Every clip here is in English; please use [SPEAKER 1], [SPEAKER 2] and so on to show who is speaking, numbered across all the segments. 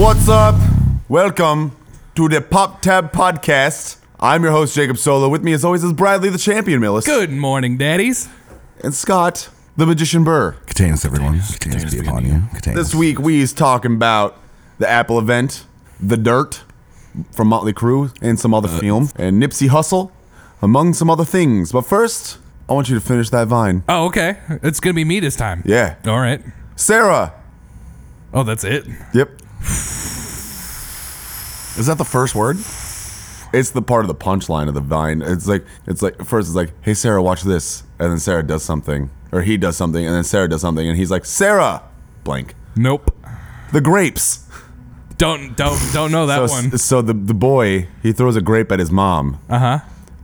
[SPEAKER 1] What's up? Welcome to the Pop Tab Podcast. I'm your host, Jacob Solo. With me, as always, is Bradley, the champion Millis.
[SPEAKER 2] Good morning, daddies.
[SPEAKER 1] And Scott, the magician Burr.
[SPEAKER 3] Contains everyone. Contains, be upon you. Contains.
[SPEAKER 1] This week, we is talking about the Apple event, The Dirt from Motley Crue, and some other film, and Nipsey Hussle, among some other things. But first, I want you to finish that vine.
[SPEAKER 2] Oh, okay. It's gonna be me this time.
[SPEAKER 1] Yeah.
[SPEAKER 2] All right.
[SPEAKER 1] Sarah.
[SPEAKER 2] Oh, that's it.
[SPEAKER 1] Yep.
[SPEAKER 3] Is that the first word?
[SPEAKER 1] It's the part of the punchline of the vine. It's like it's like first it's like, hey Sarah, watch this, and then Sarah does something, or he does something, and then Sarah does something, and he's like, Sarah, blank,
[SPEAKER 2] Nope.
[SPEAKER 1] the grapes.
[SPEAKER 2] Don't don't don't know that
[SPEAKER 1] so,
[SPEAKER 2] one.
[SPEAKER 1] Oh, so the the boy he throws a grape at his mom,
[SPEAKER 2] Uh huh.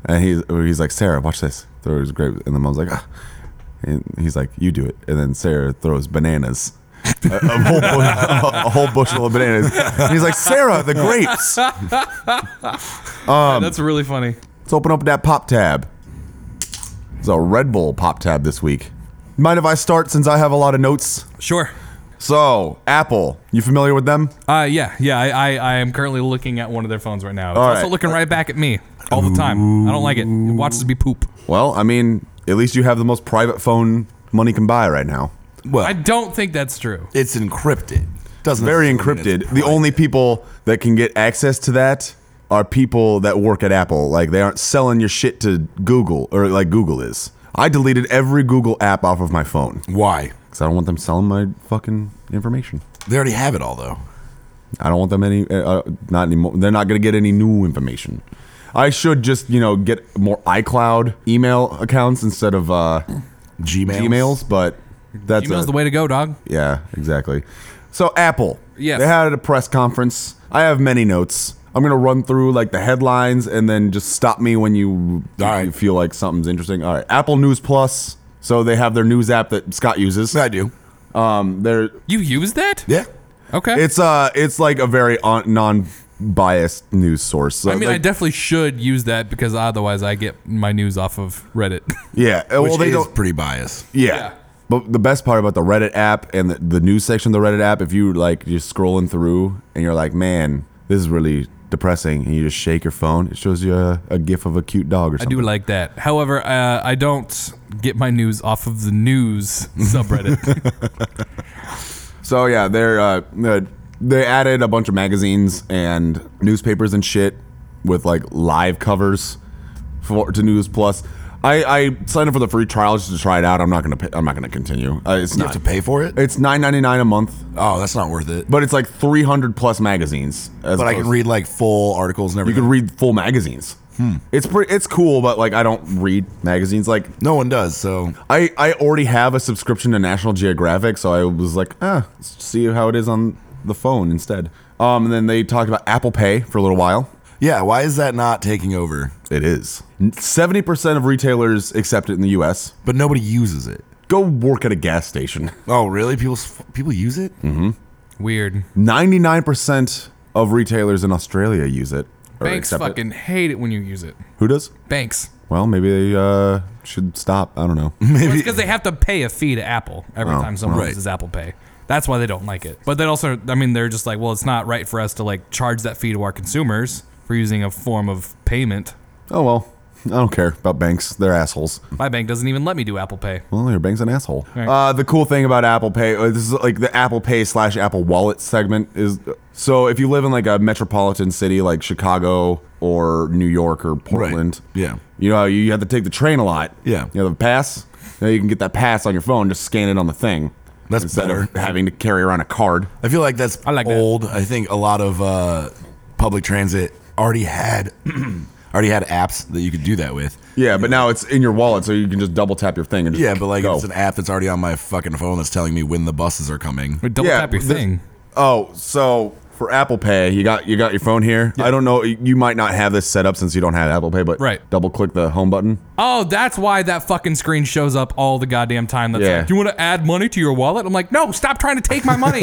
[SPEAKER 1] and he's or he's like, Sarah, watch this. Throws grape, and the mom's like, ah. and he's like, you do it, and then Sarah throws bananas. a, a whole bu- a, a whole bushel of bananas. And he's like, Sarah, the grapes. um,
[SPEAKER 2] that's really funny.
[SPEAKER 1] Let's open up that pop tab. It's a Red Bull pop tab this week. Mind if I start since I have a lot of notes?
[SPEAKER 2] Sure.
[SPEAKER 1] So, Apple, you familiar with them?
[SPEAKER 2] Uh yeah yeah I, I I am currently looking at one of their phones right now. It's
[SPEAKER 1] All
[SPEAKER 2] also
[SPEAKER 1] right.
[SPEAKER 2] looking right back at me all the time. I don't like it. It watches me poop.
[SPEAKER 1] Well, I mean, at least you have the most private phone money can buy right now.
[SPEAKER 3] Well,
[SPEAKER 2] I don't think that's true.
[SPEAKER 3] it's encrypted. Doesn't
[SPEAKER 1] Very
[SPEAKER 3] necessarily mean
[SPEAKER 1] encrypted.
[SPEAKER 3] it's
[SPEAKER 1] The only
[SPEAKER 3] private.
[SPEAKER 1] people that can get access to that are people that work at Apple. Like, they aren't selling your shit to Google or like Google is. I deleted every Google app off of my phone
[SPEAKER 3] why
[SPEAKER 1] because I don't want them selling my fucking information.
[SPEAKER 3] they already have it all though.
[SPEAKER 1] I don't want them any. Uh, uh, not anymore. They're not going to get any new information. I should just you know get more iCloud email accounts instead of uh,
[SPEAKER 3] Gmail.
[SPEAKER 1] Gmails, but that's
[SPEAKER 2] Email's
[SPEAKER 1] a-
[SPEAKER 2] the way to go, dog.
[SPEAKER 1] yeah, exactly. So Apple,
[SPEAKER 2] Yes.
[SPEAKER 1] they had a press conference. I have many notes. I'm gonna run through like the headlines and then just stop me when you,
[SPEAKER 3] All right.
[SPEAKER 1] you feel like something's interesting. All right, Apple News Plus. So they have their news app that Scott uses.
[SPEAKER 3] I do.
[SPEAKER 1] Um, they're
[SPEAKER 2] You use that?
[SPEAKER 3] Yeah.
[SPEAKER 2] Okay.
[SPEAKER 1] It's uh, it's like a very on, non-biased news source. So,
[SPEAKER 2] I mean, I
[SPEAKER 1] uh, like,
[SPEAKER 2] definitely should use that because otherwise I get my news off of Reddit.
[SPEAKER 1] yeah. uh,
[SPEAKER 3] Which
[SPEAKER 1] Well, they
[SPEAKER 3] is
[SPEAKER 1] don't.
[SPEAKER 3] pretty biased.
[SPEAKER 1] Yeah.
[SPEAKER 2] yeah.
[SPEAKER 1] But the best part about the Reddit app and the, the news section of the Reddit app, if you like, you're scrolling through and you're like, man, this is really depressing, and you just shake your phone, it shows you a, a gif of a cute dog or
[SPEAKER 2] I
[SPEAKER 1] something.
[SPEAKER 2] do like that. However, uh, I don't get my news off of the news subreddit.
[SPEAKER 1] So yeah, they're uh, uh, they added a bunch of magazines and newspapers and shit with like live covers for to News Plus. I, I signed up for the free trial just to try it out. I'm not gonna pay, I'm not gonna continue. Uh, it's
[SPEAKER 3] You
[SPEAKER 1] not
[SPEAKER 3] have to pay for it.
[SPEAKER 1] it's 9.99 a month,
[SPEAKER 3] Oh, that's not worth it.
[SPEAKER 1] but it's like 300 plus magazines. as
[SPEAKER 3] But I can
[SPEAKER 1] opposed-
[SPEAKER 3] read like full articles and
[SPEAKER 1] You
[SPEAKER 3] everything.
[SPEAKER 1] can read full magazines. It's pretty it's cool, but like I don't read magazines. Like
[SPEAKER 3] no one does. So
[SPEAKER 1] I, I already have a subscription to National Geographic, so I was like, ah, let's see how it is on the phone instead. Um, and then they talked about Apple Pay for a little while.
[SPEAKER 3] yeah, why is that not taking over?
[SPEAKER 1] It is. 70% of retailers accept it in the US.
[SPEAKER 3] But nobody uses it.
[SPEAKER 1] Go work at a gas station.
[SPEAKER 3] Oh, really? People s- people use it?
[SPEAKER 2] Weird.
[SPEAKER 1] 99% of retailers in Australia use it. or
[SPEAKER 2] Banks
[SPEAKER 1] accept it.
[SPEAKER 2] fucking hate it when you use it.
[SPEAKER 1] Who does?
[SPEAKER 2] Banks.
[SPEAKER 1] Well, maybe they uh, should stop. I don't know.
[SPEAKER 2] Well, it's because they have to pay a fee to Apple every
[SPEAKER 1] Oh,
[SPEAKER 2] time someone
[SPEAKER 3] right.
[SPEAKER 2] uses Apple Pay. That's why they don't like it. But they also, I mean, they're just like, well, it's not right for us to like charge that fee to our consumers for using a form of payment.
[SPEAKER 1] Oh, well. I don't care about banks. They're assholes.
[SPEAKER 2] My bank doesn't even let me do Apple Pay.
[SPEAKER 1] Well, your bank's an asshole.
[SPEAKER 2] Right.
[SPEAKER 1] Uh, the cool thing about Apple Pay, or this is like the Apple Pay slash Apple Wallet segment is. So if you live in like a metropolitan city like Chicago or New York or Portland,
[SPEAKER 3] Yeah.
[SPEAKER 1] you know how you have to take the train a lot.
[SPEAKER 3] Yeah.
[SPEAKER 1] you have the pass. Now you can get that pass on your phone, just scan it on the thing.
[SPEAKER 3] That's
[SPEAKER 1] instead of
[SPEAKER 3] better.
[SPEAKER 1] having to carry around a card.
[SPEAKER 3] I feel like that's
[SPEAKER 2] I like that.
[SPEAKER 3] old. I think a lot of uh, public transit already had already had apps that you could do that with.
[SPEAKER 1] Yeah, but now it's in your wallet, so you can just double tap your thing and just
[SPEAKER 3] Yeah, but like
[SPEAKER 1] go.
[SPEAKER 3] it's an app that's already on my fucking phone that's telling me when the buses are coming.
[SPEAKER 2] But double tap your
[SPEAKER 1] this-
[SPEAKER 2] thing.
[SPEAKER 1] Oh, so for Apple Pay, you got you got your phone here. I don't know. You might not have this set up since you don't have Apple Pay, but
[SPEAKER 2] Right.
[SPEAKER 1] double click the home button.
[SPEAKER 2] Oh, that's why that fucking screen shows up all the goddamn time. That's
[SPEAKER 1] Yeah.
[SPEAKER 2] like, you want to add money to your wallet? I'm like, no, stop trying to take my money.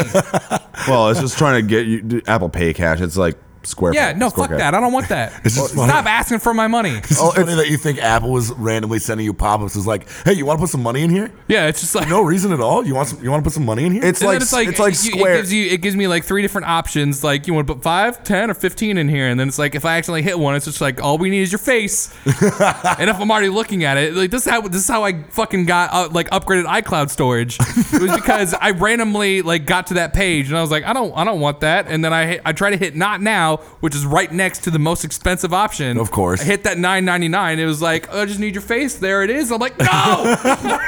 [SPEAKER 1] Well, it's just trying to get you Apple Pay cash. It's like square.
[SPEAKER 2] Yeah, no, fuck that. I don't want that.
[SPEAKER 3] It's just funny.
[SPEAKER 2] Stop asking for my money.
[SPEAKER 3] It's just funny Oh, that you think Apple was randomly sending you pop-ups. It's like, hey, you want to put some money in here?
[SPEAKER 2] Yeah, it's just like
[SPEAKER 3] No reason at all. You want some? You want to put some money in here?
[SPEAKER 1] It's
[SPEAKER 2] And
[SPEAKER 1] like,
[SPEAKER 2] then
[SPEAKER 1] it's like it's like
[SPEAKER 2] you-
[SPEAKER 1] square.
[SPEAKER 2] It gives, you, it gives me like three different options. Like you want to put five, ten, or fifteen in here, and then it's like if I accidentally hit one, it's just like all we need is your face. and if I'm already looking at it, like this is how this is how I fucking got uh, like upgraded iCloud storage. it was because I randomly like got to that page and I was like, I don't I don't want that. And then I hit, I try to hit not now, which is right next to the most expensive option.
[SPEAKER 3] Of course.
[SPEAKER 2] I hit that nine ninety nine. It was like oh, I just need your face. There it is. I'm like no.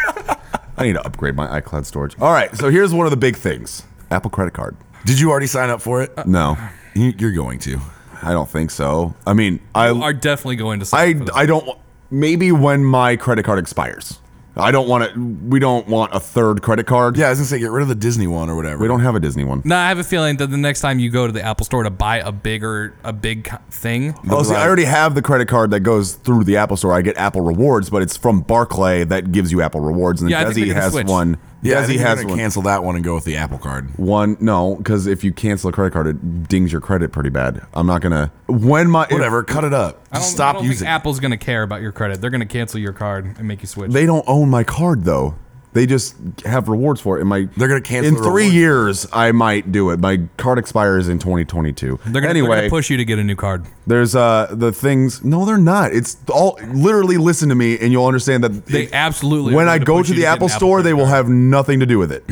[SPEAKER 1] I need to upgrade my iCloud storage. All right, so here's one of the big things: Uh, Apple credit card.
[SPEAKER 3] Did you already sign up for it?
[SPEAKER 1] No,
[SPEAKER 3] You- You're going to.
[SPEAKER 1] I don't think so. I mean, I
[SPEAKER 2] Are definitely going to. sign up
[SPEAKER 1] I
[SPEAKER 2] for this.
[SPEAKER 1] I don't. wa- Maybe when my credit card expires, I don't want to. We don't want a third credit card.
[SPEAKER 3] Yeah, I was gonna say get rid of the Disney one or whatever.
[SPEAKER 1] we don't have a Disney one.
[SPEAKER 2] No, I have a feeling that the next time you go to the Apple Store to buy a bigger, a big co- thing,
[SPEAKER 1] Oh, see, I already have the credit card that goes through the Apple Store. I get Apple Rewards, but it's from Barclay that gives you Apple Rewards, and then
[SPEAKER 2] Yeah, I think
[SPEAKER 1] Desi
[SPEAKER 2] they're gonna
[SPEAKER 1] has
[SPEAKER 2] switch.
[SPEAKER 1] one.
[SPEAKER 3] Yeah, I
[SPEAKER 1] Desi
[SPEAKER 3] think
[SPEAKER 1] has
[SPEAKER 3] you're
[SPEAKER 1] one.
[SPEAKER 3] gonna cancel that one and go with the Apple Card.
[SPEAKER 1] One no, because if you cancel a credit card, it dings your credit pretty bad. I'm not gonna. When my if-
[SPEAKER 3] Whatever, cut it up.
[SPEAKER 2] I don't,
[SPEAKER 3] Just stop
[SPEAKER 2] I don't
[SPEAKER 3] using.
[SPEAKER 2] think Apple's going to care about your credit. They're going to cancel your card and make you switch.
[SPEAKER 1] they don't own my card though. They just have rewards for it. And my
[SPEAKER 3] They're gonna cancel
[SPEAKER 1] in
[SPEAKER 3] the
[SPEAKER 1] three
[SPEAKER 3] rewards.
[SPEAKER 1] years. I might do it. My card expires in 2022.
[SPEAKER 2] they're going
[SPEAKER 1] anyway,
[SPEAKER 2] to push you to get a new card.
[SPEAKER 1] there's uh the things. No, they're not. It's all literally listen to me, and you'll understand that
[SPEAKER 2] They absolutely. are
[SPEAKER 1] When
[SPEAKER 2] going
[SPEAKER 1] I go
[SPEAKER 2] push
[SPEAKER 1] to
[SPEAKER 2] you
[SPEAKER 1] the
[SPEAKER 2] get an
[SPEAKER 1] Apple Store,
[SPEAKER 2] Pay
[SPEAKER 1] they will
[SPEAKER 2] card.
[SPEAKER 1] have nothing to do with it.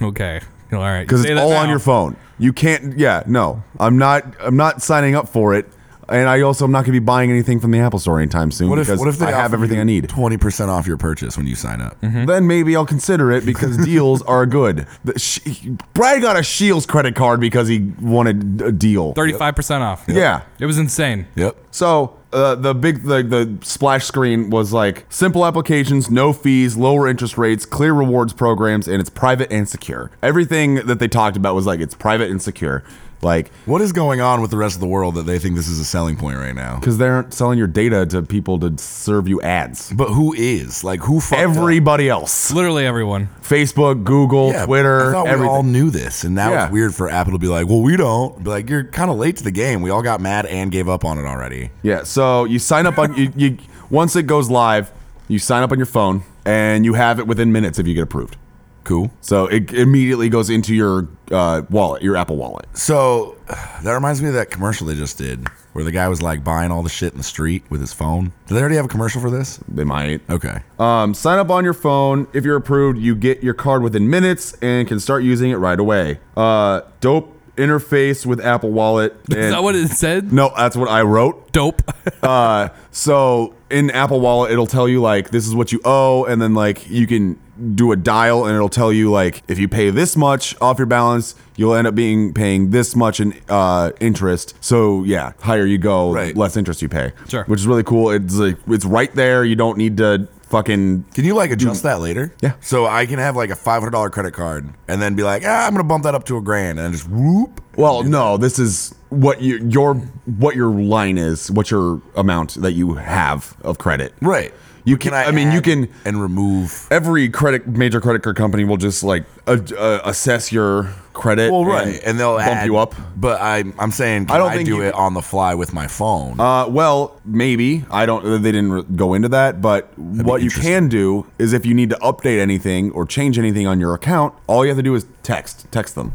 [SPEAKER 2] Okay. All right.
[SPEAKER 1] because it's all on your phone. You can't. Yeah, no, I'm not. I'm not signing up for it, and I also am not going to be buying anything from the Apple Store anytime soon.
[SPEAKER 3] What if,
[SPEAKER 1] because
[SPEAKER 3] what if they
[SPEAKER 1] I have everything I need? Mm-hmm.
[SPEAKER 3] Twenty percent off your purchase when you sign up.
[SPEAKER 1] Then maybe I'll consider it because deals are good. The, she, Brad got a Shields credit card because he wanted a deal.
[SPEAKER 2] 35% off.
[SPEAKER 1] Yeah.
[SPEAKER 2] It was insane.
[SPEAKER 3] Yep.
[SPEAKER 1] So uh, the big the, the splash screen was like simple applications, no fees, lower interest rates, clear rewards programs, and it's private and secure. Everything that they talked about was like it's private and secure, like
[SPEAKER 3] What is going on with the rest of the world that they think this is a selling point right now?
[SPEAKER 1] because they aren't selling your data to people to serve you ads.
[SPEAKER 3] But who is like who? fucked up?
[SPEAKER 1] Everybody else,
[SPEAKER 2] Literally everyone.
[SPEAKER 1] Facebook, Google,
[SPEAKER 3] Yeah, I
[SPEAKER 1] Twitter,
[SPEAKER 3] thought we
[SPEAKER 1] everything.
[SPEAKER 3] all knew this, and now
[SPEAKER 1] Yeah.
[SPEAKER 3] it's weird for Apple to be like, "Well, we don't." Be like, "You're kind of late to the game. We all got mad and gave up on it already."
[SPEAKER 1] Yeah. So you sign up on you, you once it goes live, you sign up on your phone and you have it within minutes if you get approved.
[SPEAKER 3] Cool.
[SPEAKER 1] So it immediately goes into your uh, wallet, your Apple Wallet.
[SPEAKER 3] So that reminds me of that commercial they just did, where the guy was like buying all the shit in the street with his phone. Did they already have a commercial for this?
[SPEAKER 1] They might.
[SPEAKER 3] Okay.
[SPEAKER 1] Um, sign up on your phone. If you're approved, you get your card within minutes and can start using it right away. Uh, dope interface with Apple Wallet.
[SPEAKER 2] Is that what it said?
[SPEAKER 1] No, that's what I wrote.
[SPEAKER 2] Dope.
[SPEAKER 1] Uh, so in Apple Wallet, it'll tell you like this is what you owe, and then like you can do a dial, and it'll tell you like if you pay this much off your balance, you'll end up being paying this much in uh, interest. So yeah, higher you go,
[SPEAKER 3] Right.
[SPEAKER 1] less interest you pay.
[SPEAKER 2] Sure.
[SPEAKER 1] which is really cool. It's like it's right there. You don't need to fucking
[SPEAKER 3] Can you like adjust that later?
[SPEAKER 1] Yeah.
[SPEAKER 3] So I can have like a five hundred dollar credit card and then be like, ah, I'm gonna bump that up to a grand and then just whoop.
[SPEAKER 1] Well, no, this is what you, your what your line is, what your amount that you have of credit.
[SPEAKER 3] Right.
[SPEAKER 1] You
[SPEAKER 3] Can
[SPEAKER 1] can.
[SPEAKER 3] I?
[SPEAKER 1] I, mean, you
[SPEAKER 3] add
[SPEAKER 1] can.
[SPEAKER 3] and remove.
[SPEAKER 1] Every credit major credit card company will just like a, uh, assess your credit.
[SPEAKER 3] Well, right, and, they'll
[SPEAKER 1] bump
[SPEAKER 3] add-
[SPEAKER 1] you up.
[SPEAKER 3] But I'm I'm saying can I
[SPEAKER 1] I don't
[SPEAKER 3] don't
[SPEAKER 1] think
[SPEAKER 3] do
[SPEAKER 1] you
[SPEAKER 3] it
[SPEAKER 1] can-
[SPEAKER 3] on the fly with my phone.
[SPEAKER 1] Uh, well, maybe I don't. They didn't re- go into that, but what you
[SPEAKER 3] interesting.
[SPEAKER 1] can do is if you need to update anything or change anything on your account, all you have to do is text, text them,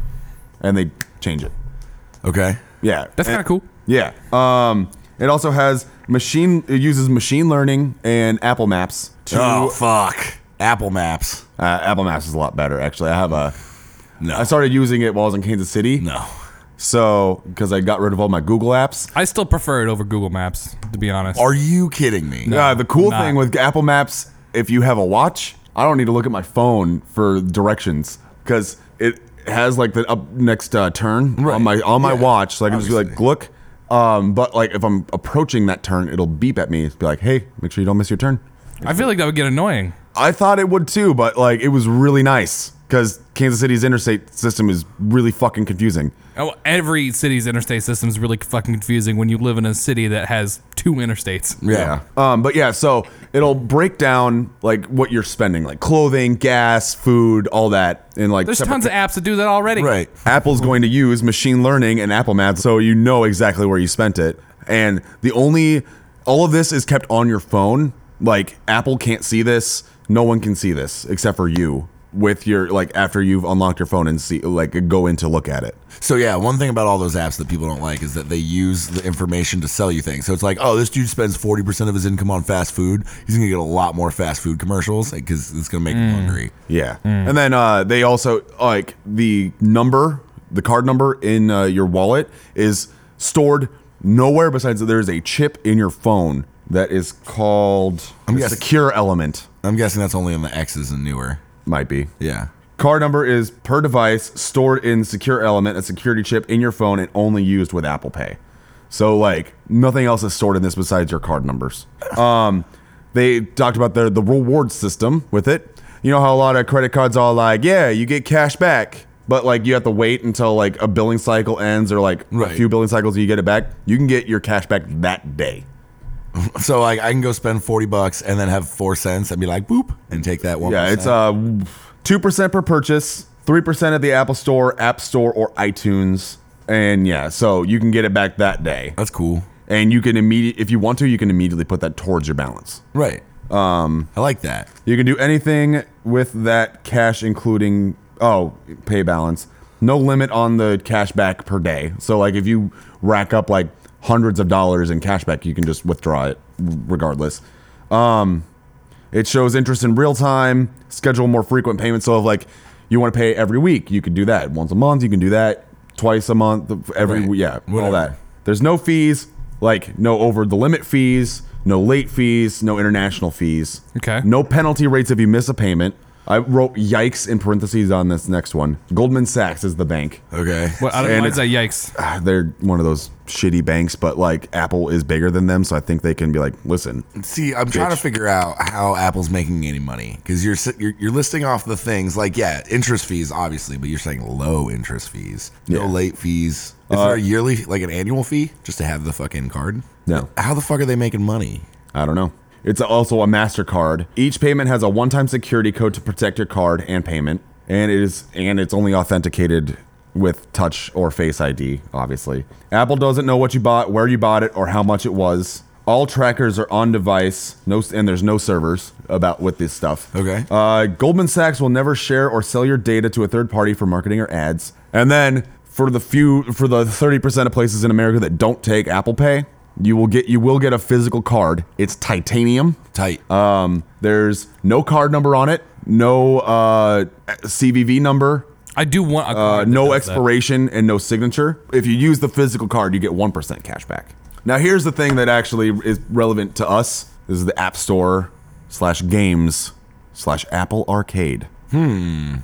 [SPEAKER 1] and they change it.
[SPEAKER 3] okay.
[SPEAKER 1] Yeah,
[SPEAKER 2] That's
[SPEAKER 1] And-
[SPEAKER 2] kind of cool.
[SPEAKER 1] Yeah. Um, it also has machine. It uses machine learning and Apple Maps. To,
[SPEAKER 3] Oh fuck. Apple Maps.
[SPEAKER 1] uh, Apple Maps is a lot better, actually. I have a.
[SPEAKER 3] No.
[SPEAKER 1] I started using it while I was in Kansas City.
[SPEAKER 3] No.
[SPEAKER 1] So because I got rid of all my Google apps.
[SPEAKER 2] I still prefer it over Google Maps, to be honest.
[SPEAKER 3] Are you kidding me?
[SPEAKER 1] Uh, the cool
[SPEAKER 2] not.
[SPEAKER 1] thing with Apple Maps, if you have a watch, I don't need to look at my phone for directions because it has like the up next uh, turn
[SPEAKER 3] Right.
[SPEAKER 1] on my on my
[SPEAKER 3] Yeah.
[SPEAKER 1] watch, so I can just be like
[SPEAKER 3] Obviously.
[SPEAKER 1] look. Um, but like if I'm approaching that turn, it'll beep at me, be like, "Hey, make sure you don't miss your turn."
[SPEAKER 2] I feel like that would get annoying.
[SPEAKER 1] I thought it would too, but like it was really nice because Kansas City's interstate system is really fucking confusing.
[SPEAKER 2] Oh, every city's interstate system is really fucking confusing when you live in a city that has two interstates.
[SPEAKER 1] Yeah. Um, but yeah, so it'll break down like what you're spending, like clothing, gas, food, all that, and like
[SPEAKER 2] There's
[SPEAKER 1] separate
[SPEAKER 2] tons of apps that do that already.
[SPEAKER 3] Right.
[SPEAKER 1] Apple's going to use machine learning and Apple Maps so you know exactly where you spent it. And the only all of this is kept on your phone. Like Apple can't see this. No one can see this except for you with your like after you've unlocked your phone and see like go in to look at it.
[SPEAKER 3] So yeah, one thing about all those apps that people don't like is that they use the information to sell you things. So it's like, oh, this dude spends forty percent of his income on fast food. He's gonna get a lot more fast food commercials because it's gonna make
[SPEAKER 1] Hmm.
[SPEAKER 3] him hungry.
[SPEAKER 1] Yeah. And then uh, they also like the number, the card number in uh, your wallet is stored nowhere besides that there is a chip in your phone that is called
[SPEAKER 3] I'm
[SPEAKER 1] the
[SPEAKER 3] guessing-
[SPEAKER 1] secure element.
[SPEAKER 3] I'm guessing that's only on the X's and newer.
[SPEAKER 1] Might be.
[SPEAKER 3] Yeah.
[SPEAKER 1] Card number is per device stored in secure element, a security chip in your phone, and only used with Apple Pay. So like nothing else is stored in this besides your card numbers. Um, they talked about the the reward system with it. You know how a lot of credit cards are like, yeah, you get cash back, but like you have to wait until like a billing cycle ends or like a
[SPEAKER 3] Right.
[SPEAKER 1] few billing cycles and you get it back. You can get your cash back that day.
[SPEAKER 3] So like, I can go spend forty bucks and then have four cents and be like, boop, and take that one.
[SPEAKER 1] Yeah, it's uh two percent per purchase, three percent at the Apple Store, App Store, or iTunes, and yeah, so you can get it back that day,
[SPEAKER 3] that's cool.
[SPEAKER 1] and you can immediate if you want to, you can immediately put that towards your balance.
[SPEAKER 3] Right. Um, I like that.
[SPEAKER 1] You can do anything with that cash, including oh pay balance. No limit on the cash back per day. So like if you rack up like hundreds of dollars in cash back, you can just withdraw it regardless. Um, it shows interest in real time. Schedule more frequent payments. So if like you want to pay every week, you can do that. Once a month, you can do that. Twice a month, every
[SPEAKER 3] Right.
[SPEAKER 1] yeah, all
[SPEAKER 3] Whatever.
[SPEAKER 1] that. There's no fees, like no over the limit fees, no late fees, no international fees.
[SPEAKER 2] Okay.
[SPEAKER 1] No penalty rates if you miss a payment. I wrote yikes in parentheses on this next one. Goldman Sachs is the bank.
[SPEAKER 3] Okay.
[SPEAKER 2] What, I don't,
[SPEAKER 1] And
[SPEAKER 2] why is that yikes?
[SPEAKER 1] Ah, They're one of those shitty banks, but like Apple is bigger than them, so I think they can be like, listen,
[SPEAKER 3] See, I'm trying to
[SPEAKER 1] Bitch.
[SPEAKER 3] figure out how Apple's making any money because you're, si- you're you're listing off the things like yeah, interest fees obviously, but you're saying low interest fees,
[SPEAKER 1] Yeah. Uh,
[SPEAKER 3] no late fees. Is there a yearly like an annual fee just to have the fucking card?
[SPEAKER 1] no.
[SPEAKER 3] How the fuck are they making money?
[SPEAKER 1] I don't know. It's also a MasterCard. Each payment has a one-time security code to protect your card and payment, and it is and it's only authenticated with touch or face ID, obviously. Apple doesn't know what you bought, where you bought it, or how much it was. All trackers are on device, no and there's no servers about with this stuff.
[SPEAKER 3] Okay.
[SPEAKER 1] Uh, Goldman Sachs will never share or sell your data to a third party for marketing or ads. And then for the few for the 30% of places in America that don't take Apple Pay, you will get you will get a physical card. It's titanium.
[SPEAKER 3] Tight.
[SPEAKER 1] Um, there's no card number on it, no uh, CVV number,
[SPEAKER 2] I do want a
[SPEAKER 1] uh,
[SPEAKER 2] card that
[SPEAKER 1] no
[SPEAKER 2] does that.
[SPEAKER 1] expiration and no signature. If you use the physical card, you get 1% cash back. Now, here's the thing that actually is relevant to us. This is the App Store slash games slash Apple Arcade. Hmm.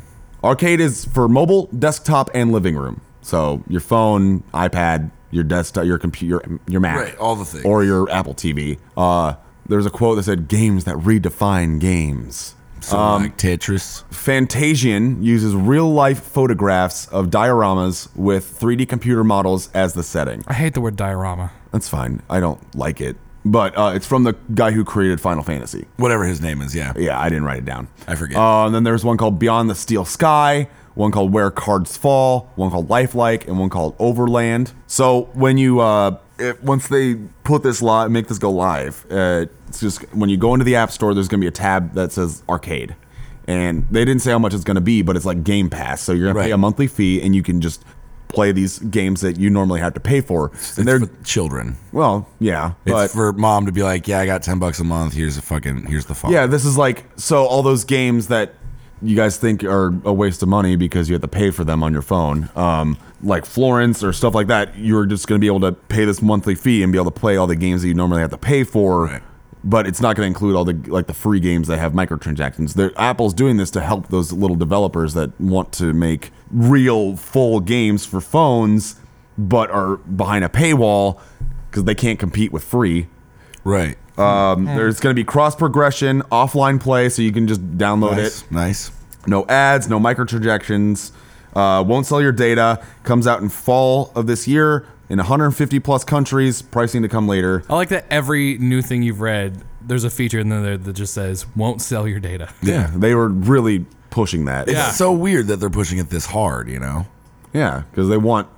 [SPEAKER 1] Arcade is for mobile, desktop, and living room. So your phone, iPad, your desktop, your computer, your, your Mac,
[SPEAKER 3] Right, all the things.
[SPEAKER 1] or your Apple TV. Uh, there's a quote that said, "Games that redefine games."
[SPEAKER 3] so
[SPEAKER 1] um,
[SPEAKER 3] like Tetris.
[SPEAKER 1] Fantasian uses real life photographs of dioramas with 3D computer models as the setting.
[SPEAKER 2] I hate the word diorama.
[SPEAKER 1] That's fine. I don't like it. But uh, it's from the guy who created Final Fantasy.
[SPEAKER 3] Whatever his name is, yeah.
[SPEAKER 1] Yeah, I didn't write it down.
[SPEAKER 3] I forget.
[SPEAKER 1] Uh, and then there's one called Beyond the Steel Sky, one called Where Cards Fall, one called Lifelike, and one called Overland. So when you uh, it, once they put this live, make this go live, uh, it's just when you go into the App Store, there's gonna be a tab that says Arcade, and they didn't say how much it's gonna be, but it's like Game Pass, so you're gonna pay
[SPEAKER 3] Right.
[SPEAKER 1] a monthly fee, and you can just play these games that you normally have to pay for. And
[SPEAKER 3] It's
[SPEAKER 1] they're
[SPEAKER 3] for children.
[SPEAKER 1] well, yeah, but
[SPEAKER 3] it's for mom to be like, yeah, I got ten bucks a month. Here's the fucking here's the fuck.
[SPEAKER 1] Yeah, this is like so all those games that you guys think are a waste of money because you have to pay for them on your phone. Um, like Florence or stuff like that, you're just going to be able to pay this monthly fee and be able to play all the games that you normally have to pay for.
[SPEAKER 3] Right.
[SPEAKER 1] But it's not going to include all the like the free games that have microtransactions. They're, Apple's doing this to help those little developers that want to make real full games for phones, but are behind a paywall because they can't compete with free.
[SPEAKER 3] Right. Hmm.
[SPEAKER 1] Um, There's going to be cross progression, offline play, so you can just download
[SPEAKER 3] nice.
[SPEAKER 1] it.
[SPEAKER 3] Nice.
[SPEAKER 1] No ads, no microtransactions. Uh, won't sell your data. Comes out in fall of this year in 150 plus countries. Pricing to come later.
[SPEAKER 2] I like that every new thing you've read, there's a feature in there that just says "won't sell your data."
[SPEAKER 1] Yeah, they were really pushing that.
[SPEAKER 2] Yeah.
[SPEAKER 3] It's so weird that they're pushing it this hard, you know?
[SPEAKER 1] Yeah, because they want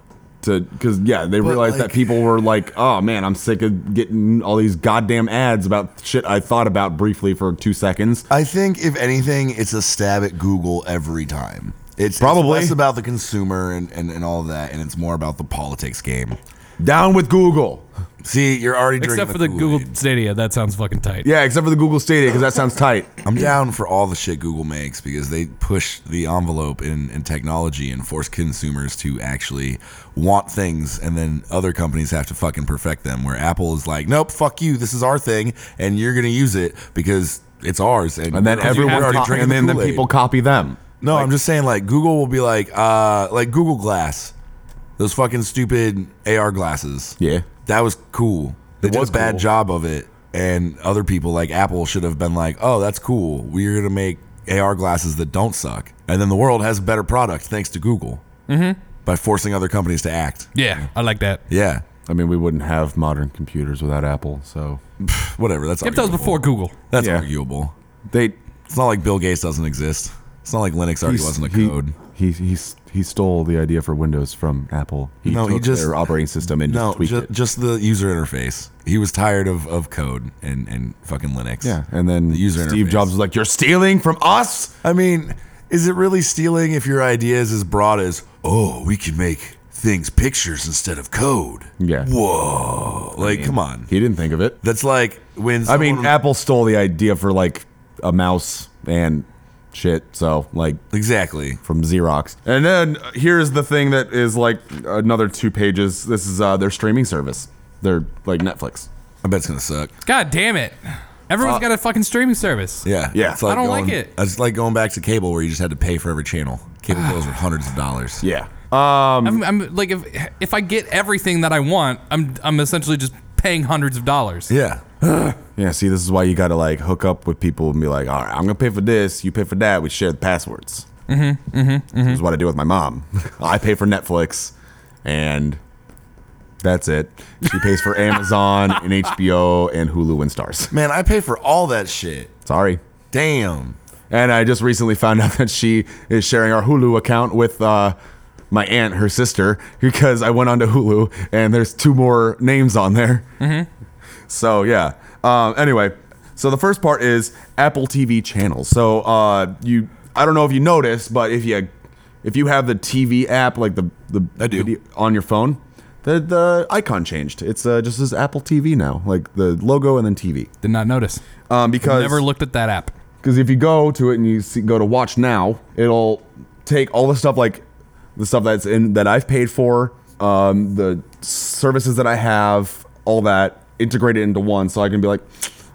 [SPEAKER 1] to. Because yeah, they realized
[SPEAKER 3] like-
[SPEAKER 1] that people were like, "Oh man, I'm sick of getting all these goddamn ads about shit I thought about briefly for two seconds."
[SPEAKER 3] I think if anything, it's a stab at Google every time. It's it's
[SPEAKER 1] Probably.
[SPEAKER 3] less about the consumer and, and, and all of that, and it's more about the politics game.
[SPEAKER 1] Down with Google.
[SPEAKER 3] See, you're already drinking
[SPEAKER 2] Except for the
[SPEAKER 3] Kool-Aid.
[SPEAKER 2] Google Stadia, that sounds fucking tight.
[SPEAKER 1] Yeah, except for the Google Stadia, because that sounds tight.
[SPEAKER 3] I'm down for all the shit Google makes because they push the envelope in, in technology and force consumers to actually want things, and then other companies have to fucking perfect them. Where Apple is like, nope, fuck you, this is our thing, and you're gonna use it because it's ours. And,
[SPEAKER 1] And then
[SPEAKER 3] we're
[SPEAKER 1] everyone,
[SPEAKER 3] already
[SPEAKER 1] co-
[SPEAKER 3] drinking
[SPEAKER 1] and then,
[SPEAKER 3] the
[SPEAKER 1] then
[SPEAKER 3] Kool-Aid.
[SPEAKER 1] people copy them.
[SPEAKER 3] No, I'm just saying, like Google will be like, uh, like Google Glass, those fucking stupid AR glasses.
[SPEAKER 1] Yeah.
[SPEAKER 3] that was cool. They did
[SPEAKER 1] was
[SPEAKER 3] a bad
[SPEAKER 1] cool.
[SPEAKER 3] job of it, and other people like Apple should have been like, oh, that's cool. We're gonna make AR glasses that don't suck, and then the world has a better product thanks to Google mm-hmm. by forcing other companies to act.
[SPEAKER 2] Yeah, I like that.
[SPEAKER 3] Yeah,
[SPEAKER 1] I mean, we wouldn't have modern computers without Apple, so
[SPEAKER 3] whatever. That's
[SPEAKER 2] If that was
[SPEAKER 3] arguable.
[SPEAKER 2] before Google,
[SPEAKER 3] That's
[SPEAKER 1] Yeah.
[SPEAKER 3] arguable.
[SPEAKER 1] they
[SPEAKER 3] It's not like Bill Gates doesn't exist. It's not like Linux already
[SPEAKER 1] he-
[SPEAKER 3] wasn't a
[SPEAKER 1] he-
[SPEAKER 3] code.
[SPEAKER 1] He, he s- he stole the idea for Windows from Apple. He
[SPEAKER 3] No, he
[SPEAKER 1] took
[SPEAKER 3] just-
[SPEAKER 1] their operating system and
[SPEAKER 3] No,
[SPEAKER 1] just tweaked
[SPEAKER 3] ju-
[SPEAKER 1] it.
[SPEAKER 3] just the user interface. He was tired of, of code and, and fucking Linux.
[SPEAKER 1] Yeah, and then
[SPEAKER 3] The user
[SPEAKER 1] Steve
[SPEAKER 3] interface.
[SPEAKER 1] Jobs was like, "You're stealing from us."
[SPEAKER 3] I mean, is it really stealing if your idea is as broad as, oh, we can make things pictures instead of code?
[SPEAKER 1] Yeah,
[SPEAKER 3] Whoa. Like, come on.
[SPEAKER 1] he didn't think of it.
[SPEAKER 3] That's like when
[SPEAKER 1] I mean,
[SPEAKER 3] someone-
[SPEAKER 1] Apple stole the idea for like a mouse and shit. So like
[SPEAKER 3] exactly.
[SPEAKER 1] from Xerox. And then uh, here's the thing that is like another two pages. This is uh, their streaming service. They're like Netflix.
[SPEAKER 3] I bet it's gonna suck.
[SPEAKER 2] God damn it! Everyone's got a fucking streaming service.
[SPEAKER 3] Yeah,
[SPEAKER 1] Uh, Yeah.
[SPEAKER 3] It's like
[SPEAKER 2] I don't
[SPEAKER 3] going-
[SPEAKER 2] like it.
[SPEAKER 3] It's like going back to cable where you just had to pay for every channel. Cable bills were hundreds of dollars.
[SPEAKER 1] Yeah. Um,
[SPEAKER 2] I'm, I'm like, if if I get everything that I want, I'm I'm essentially just paying hundreds of dollars.
[SPEAKER 3] Yeah.
[SPEAKER 1] yeah. See, this is why you got to like hook up with people and be like, all right, I'm gonna pay for this. You pay for that. We share the passwords. Mm-hmm. Mm-hmm. This is what I do with my mom. I pay for Netflix, and that's it. She pays for Amazon and HBO and Hulu and Stars.
[SPEAKER 3] Man, I pay for all that shit.
[SPEAKER 1] Sorry.
[SPEAKER 3] Damn.
[SPEAKER 1] And I just recently found out that she is sharing our Hulu account with uh, my aunt, her sister, because I went onto Hulu and there's two more names on there.
[SPEAKER 3] Mm-hmm.
[SPEAKER 1] So yeah. Um, anyway, so the first part is Apple TV channels. So uh, you, I don't know if you noticed, but if you if you have the TV app like the the
[SPEAKER 3] I do.
[SPEAKER 1] on your phone, the the icon changed. It's uh, just says Apple TV now, like the logo and then TV.
[SPEAKER 2] Did not notice.
[SPEAKER 1] Um, because
[SPEAKER 2] Never looked at that app.
[SPEAKER 1] because if you go to it and you see, go to watch now, it'll take all the stuff like the stuff that's in that I've paid for, um, the services that I have, all that integrated into one. So I can be like,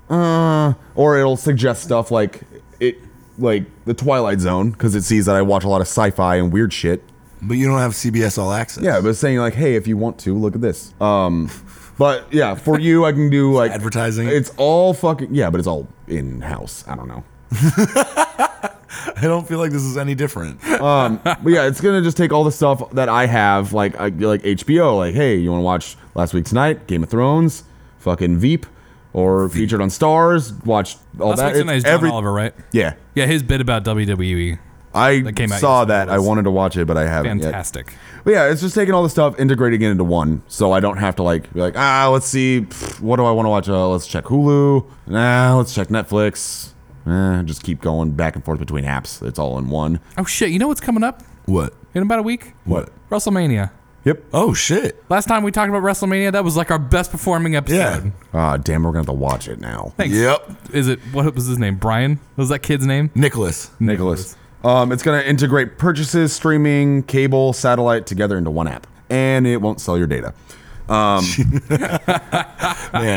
[SPEAKER 1] uh, or it'll suggest stuff like it, like the Twilight Zone, because it sees that I watch a lot of sci-fi and weird shit.
[SPEAKER 3] But you don't have CBS All Access.
[SPEAKER 1] Yeah, but it's saying like, hey, if you want to, look at this. Um, but yeah, for you, I can do like
[SPEAKER 3] advertising?
[SPEAKER 1] It's all fucking yeah, but it's all in house. I don't know.
[SPEAKER 3] I don't feel like this is any different.
[SPEAKER 1] but yeah, it's gonna just take all the stuff that I have, like I, like HBO, like hey, you want to watch last week's night, Game of Thrones, fucking Veep, or featured on Stars, watch all
[SPEAKER 2] Last
[SPEAKER 1] that.
[SPEAKER 2] week's
[SPEAKER 1] It's
[SPEAKER 2] tonight is John Oliver, right?
[SPEAKER 1] Yeah,
[SPEAKER 2] Yeah, his bit about E. WWE,
[SPEAKER 1] I
[SPEAKER 2] came out
[SPEAKER 1] saw
[SPEAKER 2] yesterday
[SPEAKER 1] that. I
[SPEAKER 2] was
[SPEAKER 1] wanted to watch it, but I haven't yet.
[SPEAKER 2] fantastic.
[SPEAKER 1] But yeah, it's just taking all the stuff, integrating it into one, so I don't have to like be like ah, let's see, pff, what do I want to watch? Uh, let's check Hulu. Nah, let's check Netflix. Eh, just keep going back and forth between apps. It's all in one.
[SPEAKER 2] Oh shit! You know what's coming up
[SPEAKER 3] what?
[SPEAKER 2] in about a week?
[SPEAKER 3] What?
[SPEAKER 2] WrestleMania.
[SPEAKER 1] Yep.
[SPEAKER 3] Oh shit.
[SPEAKER 2] Last time we talked about WrestleMania, that was like our best performing episode.
[SPEAKER 3] Yeah.
[SPEAKER 1] Ah, damn, we're gonna have to watch it now.
[SPEAKER 2] Thanks.
[SPEAKER 3] Yep.
[SPEAKER 2] Is it what was his name? Brian? What was that kid's name?
[SPEAKER 3] Nicholas.
[SPEAKER 1] Nicholas. Um, it's going to integrate purchases, streaming, cable, satellite together into one app, and it won't sell your data.
[SPEAKER 3] Man,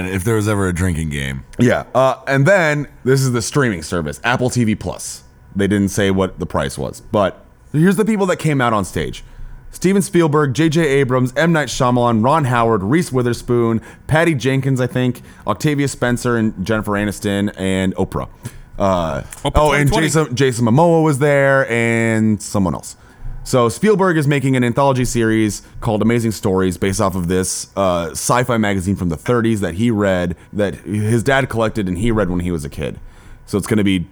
[SPEAKER 3] if there was ever a drinking game.
[SPEAKER 1] Yeah, uh, and then this is the streaming service, Apple TV Plus. They didn't say what the price was, but here's the people that came out on stage: Steven Spielberg, J.J. Abrams, M. Night Shyamalan, Ron Howard, Reese Witherspoon, Patty Jenkins, I think, Octavia Spencer, and Jennifer Aniston, and Oprah. Uh,
[SPEAKER 2] Open
[SPEAKER 1] oh, and
[SPEAKER 2] 2020.
[SPEAKER 1] Jason Jason Momoa was there, and someone else. So Spielberg is making an anthology series called Amazing Stories, based off of this uh, sci-fi magazine from the 30s that he read, that his dad collected, and he read when he was a kid. So it's going to be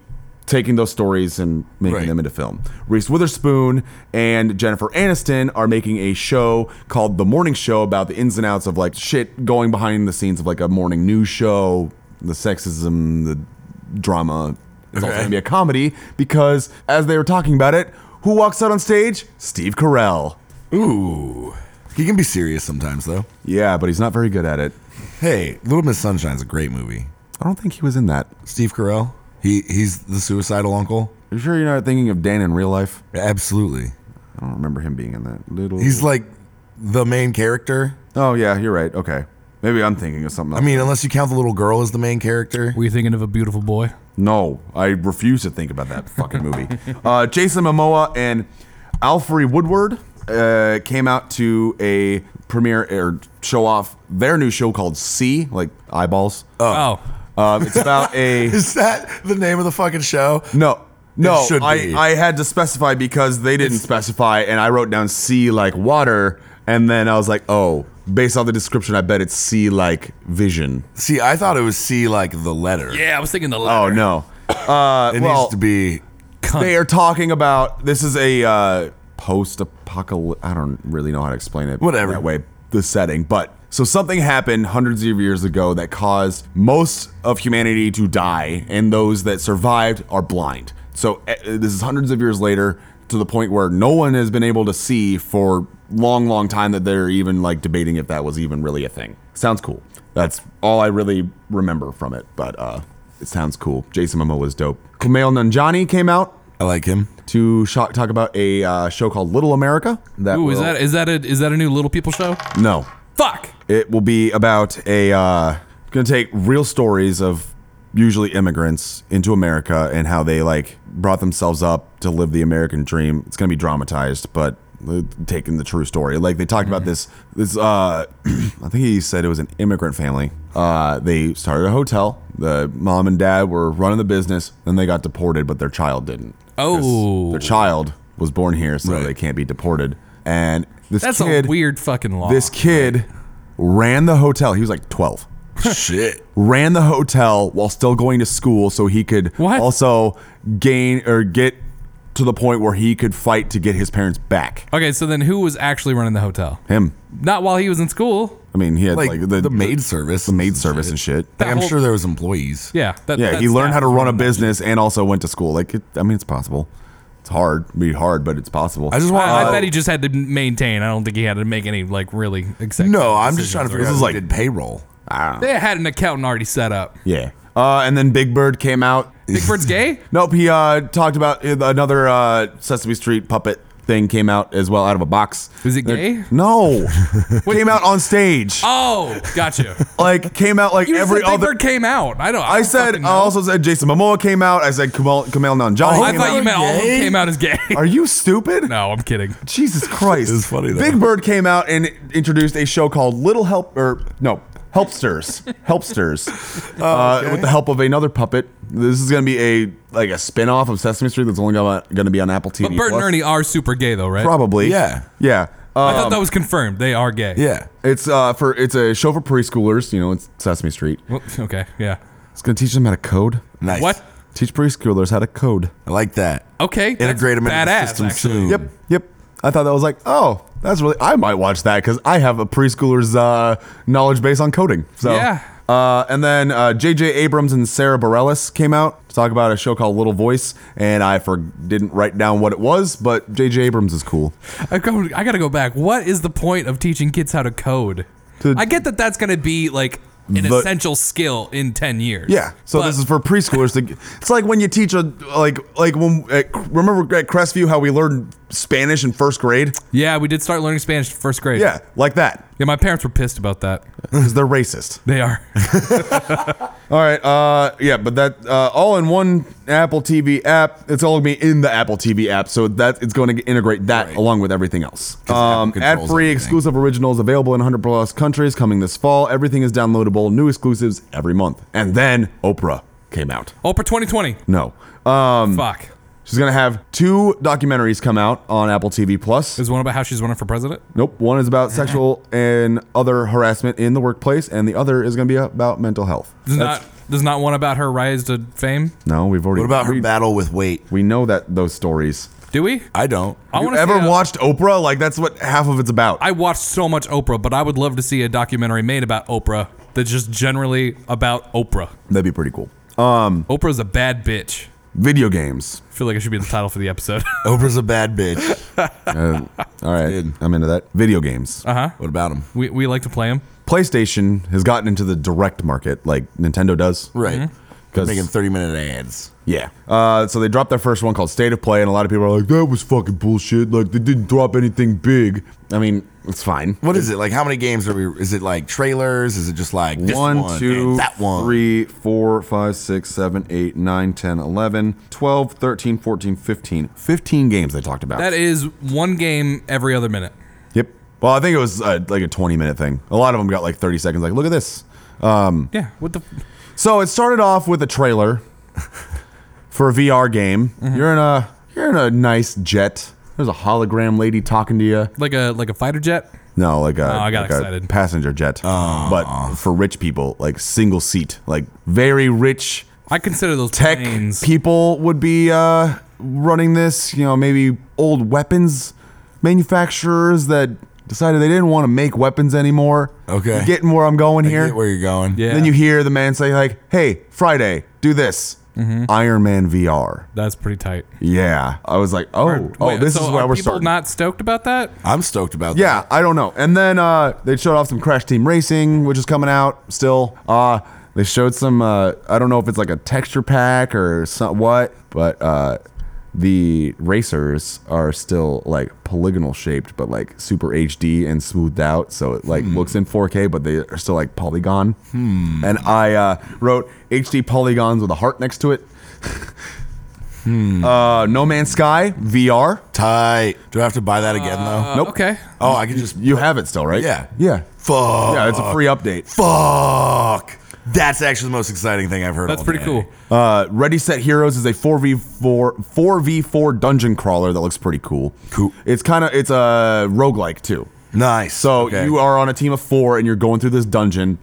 [SPEAKER 1] taking those stories and making
[SPEAKER 3] Right.
[SPEAKER 1] them into film. Reese Witherspoon and Jennifer Aniston are making a show called The Morning Show about the ins and outs of like shit going behind the scenes of like a morning news show, the sexism, the drama. It's also
[SPEAKER 3] Okay.
[SPEAKER 1] going to be a comedy because as they were talking about it, who walks out on stage? Steve Carell.
[SPEAKER 3] Ooh. He can be serious sometimes, though.
[SPEAKER 1] Yeah, but he's not very good at it.
[SPEAKER 3] Hey, Little Miss Sunshine's a great movie.
[SPEAKER 1] I don't think he was in that.
[SPEAKER 3] Steve Carell, he he's the suicidal uncle.
[SPEAKER 1] Are you sure you're not thinking of Dan in real life?
[SPEAKER 3] Absolutely.
[SPEAKER 1] I don't remember him being in that. Little.
[SPEAKER 3] He's like the main character.
[SPEAKER 1] oh yeah, you're right. Okay, maybe I'm thinking of something. Else.
[SPEAKER 3] I mean, unless you count the little girl as the main character.
[SPEAKER 2] Were you thinking of a beautiful boy?
[SPEAKER 1] No, I refuse to think about that fucking movie. uh, Jason Momoa and Alfre Woodward uh, came out to a premiere or show off their new show called C, like eyeballs.
[SPEAKER 2] Oh.
[SPEAKER 1] Uh, it's about a
[SPEAKER 3] Is that the name of the fucking show?
[SPEAKER 1] no. No,
[SPEAKER 3] should
[SPEAKER 1] I,
[SPEAKER 3] be.
[SPEAKER 1] I had to specify because they didn't specify, and I wrote down C like water, and then I was like, oh, based on the description, I bet it's C like vision.
[SPEAKER 3] See, I thought it was C like the letter.
[SPEAKER 2] Yeah, I was thinking the
[SPEAKER 1] Oh
[SPEAKER 2] letter.
[SPEAKER 1] no! Uh,
[SPEAKER 3] It
[SPEAKER 1] well,
[SPEAKER 3] needs to be
[SPEAKER 1] they are talking about this is a uh, post-apocalyptic. I don't really know how to explain it.
[SPEAKER 3] Whatever.
[SPEAKER 1] that way, the setting. But so something happened hundreds of years ago that caused most of humanity to die, and those that survived are blind. So eh, this is hundreds of years later to the point where no one has been able to see for long, long time that they're even like debating if that was even really a thing. Sounds cool. That's all I really remember from it, but uh, it sounds cool. Jason Momoa was dope. Kumail Nanjiani came out
[SPEAKER 3] I like him.
[SPEAKER 1] to sho- talk about a uh, show called Little America. That
[SPEAKER 2] Ooh, is
[SPEAKER 1] will-
[SPEAKER 2] that is that a is that a new little people show?
[SPEAKER 1] no?
[SPEAKER 2] Fuck.
[SPEAKER 1] It will be about a uh, going to take real stories of usually immigrants into America and how they like brought themselves up to live the American dream. It's going to be dramatized, but uh, taking the true story. Like they talked
[SPEAKER 2] Mm-hmm.
[SPEAKER 1] about this this uh I think he said it was an immigrant family. Uh they started a hotel. The mom and dad were running the business, then they got deported but their child didn't. 'Cause
[SPEAKER 2] Oh.
[SPEAKER 1] Their child was born here so
[SPEAKER 3] Right.
[SPEAKER 1] they can't be deported. And this
[SPEAKER 2] That's
[SPEAKER 1] kid
[SPEAKER 2] a weird fucking law.
[SPEAKER 1] this kid ran the hotel. He was like 12.
[SPEAKER 3] Shit.
[SPEAKER 1] Ran the hotel while still going to school so he could
[SPEAKER 2] What?
[SPEAKER 1] also gain or get to the point where he could fight to get his parents back.
[SPEAKER 2] okay, so then who was actually running the hotel?
[SPEAKER 1] Him.
[SPEAKER 2] Not while he was in school.
[SPEAKER 1] I mean, he had like,
[SPEAKER 3] Like, the, maid service.
[SPEAKER 1] the maid service and shit.
[SPEAKER 3] Like, I'm
[SPEAKER 2] whole-
[SPEAKER 3] sure there was employees.
[SPEAKER 2] Yeah. That,
[SPEAKER 1] Yeah,
[SPEAKER 2] that
[SPEAKER 1] he learned
[SPEAKER 2] staff
[SPEAKER 1] how to
[SPEAKER 2] was
[SPEAKER 1] run a
[SPEAKER 2] running that
[SPEAKER 1] business and also went to school. Like, it, I mean, it's possible. It's hard, be hard, but it's possible.
[SPEAKER 3] I just want.
[SPEAKER 2] I, I
[SPEAKER 3] uh,
[SPEAKER 2] bet he just had to maintain. I don't think he had to make any like really exact.
[SPEAKER 3] no, I'm just trying to figure
[SPEAKER 1] This
[SPEAKER 3] out
[SPEAKER 1] is
[SPEAKER 3] who
[SPEAKER 1] like- ah.
[SPEAKER 3] did payroll.
[SPEAKER 2] They had an accountant already set up.
[SPEAKER 1] yeah. Uh, and then Big Bird came out.
[SPEAKER 2] Big Bird's gay?
[SPEAKER 1] Nope, he uh, talked about another uh, Sesame Street puppet thing came out as well out of a box.
[SPEAKER 2] Is it gay?
[SPEAKER 1] No, came out on stage.
[SPEAKER 2] Oh, gotcha.
[SPEAKER 1] Like came out like
[SPEAKER 2] You
[SPEAKER 1] every
[SPEAKER 2] Every said Big
[SPEAKER 1] other.
[SPEAKER 2] Bird came out. I don't.
[SPEAKER 1] I
[SPEAKER 2] don't
[SPEAKER 1] said
[SPEAKER 2] fucking
[SPEAKER 1] I
[SPEAKER 2] know.
[SPEAKER 1] also said Jason Momoa came out. I said Kumail, Kumail Nanjiani.
[SPEAKER 2] I
[SPEAKER 1] came
[SPEAKER 2] thought
[SPEAKER 1] out.
[SPEAKER 2] you meant all of
[SPEAKER 3] Gay?
[SPEAKER 2] them came out as gay.
[SPEAKER 1] Are you stupid?
[SPEAKER 2] no, I'm kidding.
[SPEAKER 1] Jesus Christ!
[SPEAKER 3] It's funny, though.
[SPEAKER 1] Big Bird came out and introduced a show called Little Help or no Helpsters, Helpsters, uh, with the help of another puppet. This is going to be a like a spin off of Sesame Street that's only going to be on Apple TV.
[SPEAKER 2] But Bert and
[SPEAKER 1] Plus.
[SPEAKER 2] Ernie are super gay though, right?
[SPEAKER 1] probably.
[SPEAKER 3] Yeah.
[SPEAKER 1] yeah.
[SPEAKER 2] I
[SPEAKER 1] Uh,
[SPEAKER 2] thought that was confirmed. They are gay.
[SPEAKER 3] Yeah.
[SPEAKER 1] it's uh for it's a show for preschoolers. You know, it's Sesame Street.
[SPEAKER 2] Well, Okay. Yeah.
[SPEAKER 1] It's going to teach them how to code.
[SPEAKER 3] Nice.
[SPEAKER 2] What?
[SPEAKER 1] Teach preschoolers how to code.
[SPEAKER 3] I like that.
[SPEAKER 2] Okay. that's
[SPEAKER 3] Integrate them into the
[SPEAKER 2] badass,
[SPEAKER 3] system
[SPEAKER 2] actually.
[SPEAKER 3] soon.
[SPEAKER 1] Yep, yep. I thought that was like, oh, that's really. I might watch that because I have a preschooler's uh, knowledge base on coding. So
[SPEAKER 2] Yeah.
[SPEAKER 1] Uh, and then uh, J.J. Abrams and Sarah Bareilles came out to talk about a show called Little Voice, and I for- didn't write down what it was, but J.J. Abrams is cool.
[SPEAKER 2] I go. I gotta go back. What is the point of teaching kids how to code?
[SPEAKER 1] To-
[SPEAKER 2] I get that that's gonna be like an
[SPEAKER 1] The-
[SPEAKER 2] essential skill in ten years.
[SPEAKER 1] Yeah. So
[SPEAKER 2] But-
[SPEAKER 1] this is for preschoolers to. It's like when you teach a like like when at, remember at Crestview how we learned Spanish in first grade.
[SPEAKER 2] yeah. We did start learning Spanish in first grade.
[SPEAKER 1] Yeah, like that
[SPEAKER 2] Yeah. My parents were pissed about that.
[SPEAKER 1] because they're racist.
[SPEAKER 2] They are.
[SPEAKER 1] All right. Uh, yeah, but that uh, all in one Apple TV app. It's all gonna be in the Apple TV app, so that it's going to integrate that along with everything else. Um,
[SPEAKER 3] Apple controls
[SPEAKER 1] ad-free
[SPEAKER 3] everything.
[SPEAKER 1] exclusive originals available in 100 plus countries coming this fall. Everything is downloadable. New exclusives every month, and then Oprah. came out.
[SPEAKER 2] Oprah 2020.
[SPEAKER 1] No. Um,
[SPEAKER 2] Fuck.
[SPEAKER 1] she's going to have two documentaries come out on Apple TV Plus.
[SPEAKER 2] There's one about how she's running for president.
[SPEAKER 1] Nope. One is about sexual and other harassment in the workplace, and the other is going to be about mental health.
[SPEAKER 2] There's
[SPEAKER 1] That's-
[SPEAKER 2] not, there's not one about her rise to fame.
[SPEAKER 1] no, we've already.
[SPEAKER 3] What about her
[SPEAKER 1] we,
[SPEAKER 3] battle with weight?
[SPEAKER 1] we know that those stories.
[SPEAKER 2] Do we?
[SPEAKER 3] I don't.
[SPEAKER 2] I
[SPEAKER 1] You
[SPEAKER 2] want to
[SPEAKER 1] ever
[SPEAKER 2] see a-
[SPEAKER 1] watched Oprah? Like that's what half of it's about.
[SPEAKER 2] I watched so much Oprah, but I would love to see a documentary made about Oprah that's just generally about Oprah.
[SPEAKER 1] That'd be pretty cool.
[SPEAKER 2] Oprah's a bad bitch.
[SPEAKER 1] Video games.
[SPEAKER 2] I feel like it should be the title for the episode.
[SPEAKER 3] Oprah's a bad bitch.
[SPEAKER 1] All right,
[SPEAKER 3] Good. Uh-huh.
[SPEAKER 1] I'm into that. Video games.
[SPEAKER 3] What about him?
[SPEAKER 2] we, we like to play them.
[SPEAKER 1] PlayStation has gotten into the direct market like Nintendo does.
[SPEAKER 3] Right. They're
[SPEAKER 1] 'Cause-
[SPEAKER 3] Making 30 minute ads.
[SPEAKER 1] Yeah. Uh, so they dropped their first one called State of Play, and a lot of people are like, that was fucking bullshit. Like, they didn't drop anything big. I mean, it's fine.
[SPEAKER 3] What is it? Like, how many games are we? Is it like trailers? Is it just like this one,
[SPEAKER 1] One, two,
[SPEAKER 3] and that one?
[SPEAKER 1] three, four, five, six, seven, eight, nine, 10, 11, 12, 13, 14, 15. 15 games they talked about.
[SPEAKER 2] That is one game every other minute.
[SPEAKER 1] yep. Well, I think it was uh, like a 20 minute thing. A lot of them got like 30 seconds. Like, look at this.
[SPEAKER 2] Yeah. What the?
[SPEAKER 1] So it started off with a trailer for a VR game.
[SPEAKER 2] Mm-hmm.
[SPEAKER 1] You're in a you're in a nice jet. There's a hologram lady talking to you.
[SPEAKER 2] Like a like a fighter jet?
[SPEAKER 1] No, like a,
[SPEAKER 2] Oh, I got
[SPEAKER 1] like a
[SPEAKER 2] excited.
[SPEAKER 1] passenger jet, but for rich people, like single seat, like very rich
[SPEAKER 2] I consider those
[SPEAKER 1] tech
[SPEAKER 2] planes.
[SPEAKER 1] people would be uh, running this. You know, maybe old weapons manufacturers that decided they didn't want to make weapons anymore.
[SPEAKER 3] Okay.
[SPEAKER 1] You getting where I'm going here?
[SPEAKER 3] Get where you're going.
[SPEAKER 2] Yeah.
[SPEAKER 1] Then you hear the man say like, "Hey, Friday, do this."
[SPEAKER 2] Mm-hmm.
[SPEAKER 1] Iron Man VR.
[SPEAKER 2] That's pretty tight.
[SPEAKER 1] Yeah, I was like, "Oh, oh,
[SPEAKER 2] Wait,
[SPEAKER 1] this
[SPEAKER 2] so
[SPEAKER 1] is where
[SPEAKER 2] are
[SPEAKER 1] we're
[SPEAKER 2] people
[SPEAKER 1] starting."
[SPEAKER 2] Not stoked about that?
[SPEAKER 3] I'm stoked about that.
[SPEAKER 1] yeah, I don't know. And then uh, they showed off some Crash Team Racing, which is coming out still. Uh, they showed some. Uh, I don't know if it's like a texture pack or some, what, but uh, the racers are still like polygonal shaped, but like super HD and smoothed out, so it like looks in 4K, but they are still like polygon. And I uh, wrote HD polygons with a heart next to it. Uh, no Man's Sky VR.
[SPEAKER 3] Tight. Do I have to buy that again, though?
[SPEAKER 1] Nope.
[SPEAKER 2] Okay.
[SPEAKER 3] Oh, I can just.
[SPEAKER 1] You have it still, right?
[SPEAKER 3] Yeah.
[SPEAKER 1] Yeah.
[SPEAKER 3] Fuck.
[SPEAKER 1] Yeah, it's a free update.
[SPEAKER 3] Fuck. That's actually the most exciting thing I've heard.
[SPEAKER 2] That's
[SPEAKER 3] all
[SPEAKER 2] pretty
[SPEAKER 3] day.
[SPEAKER 2] cool.
[SPEAKER 1] Uh, Ready Set Heroes is a 4v4 4v4 dungeon crawler that looks pretty cool.
[SPEAKER 3] Cool.
[SPEAKER 1] It's kind of it's a roguelike too.
[SPEAKER 3] Nice.
[SPEAKER 1] So
[SPEAKER 3] Okay.
[SPEAKER 1] you are on a team of 4 and you're going through this dungeon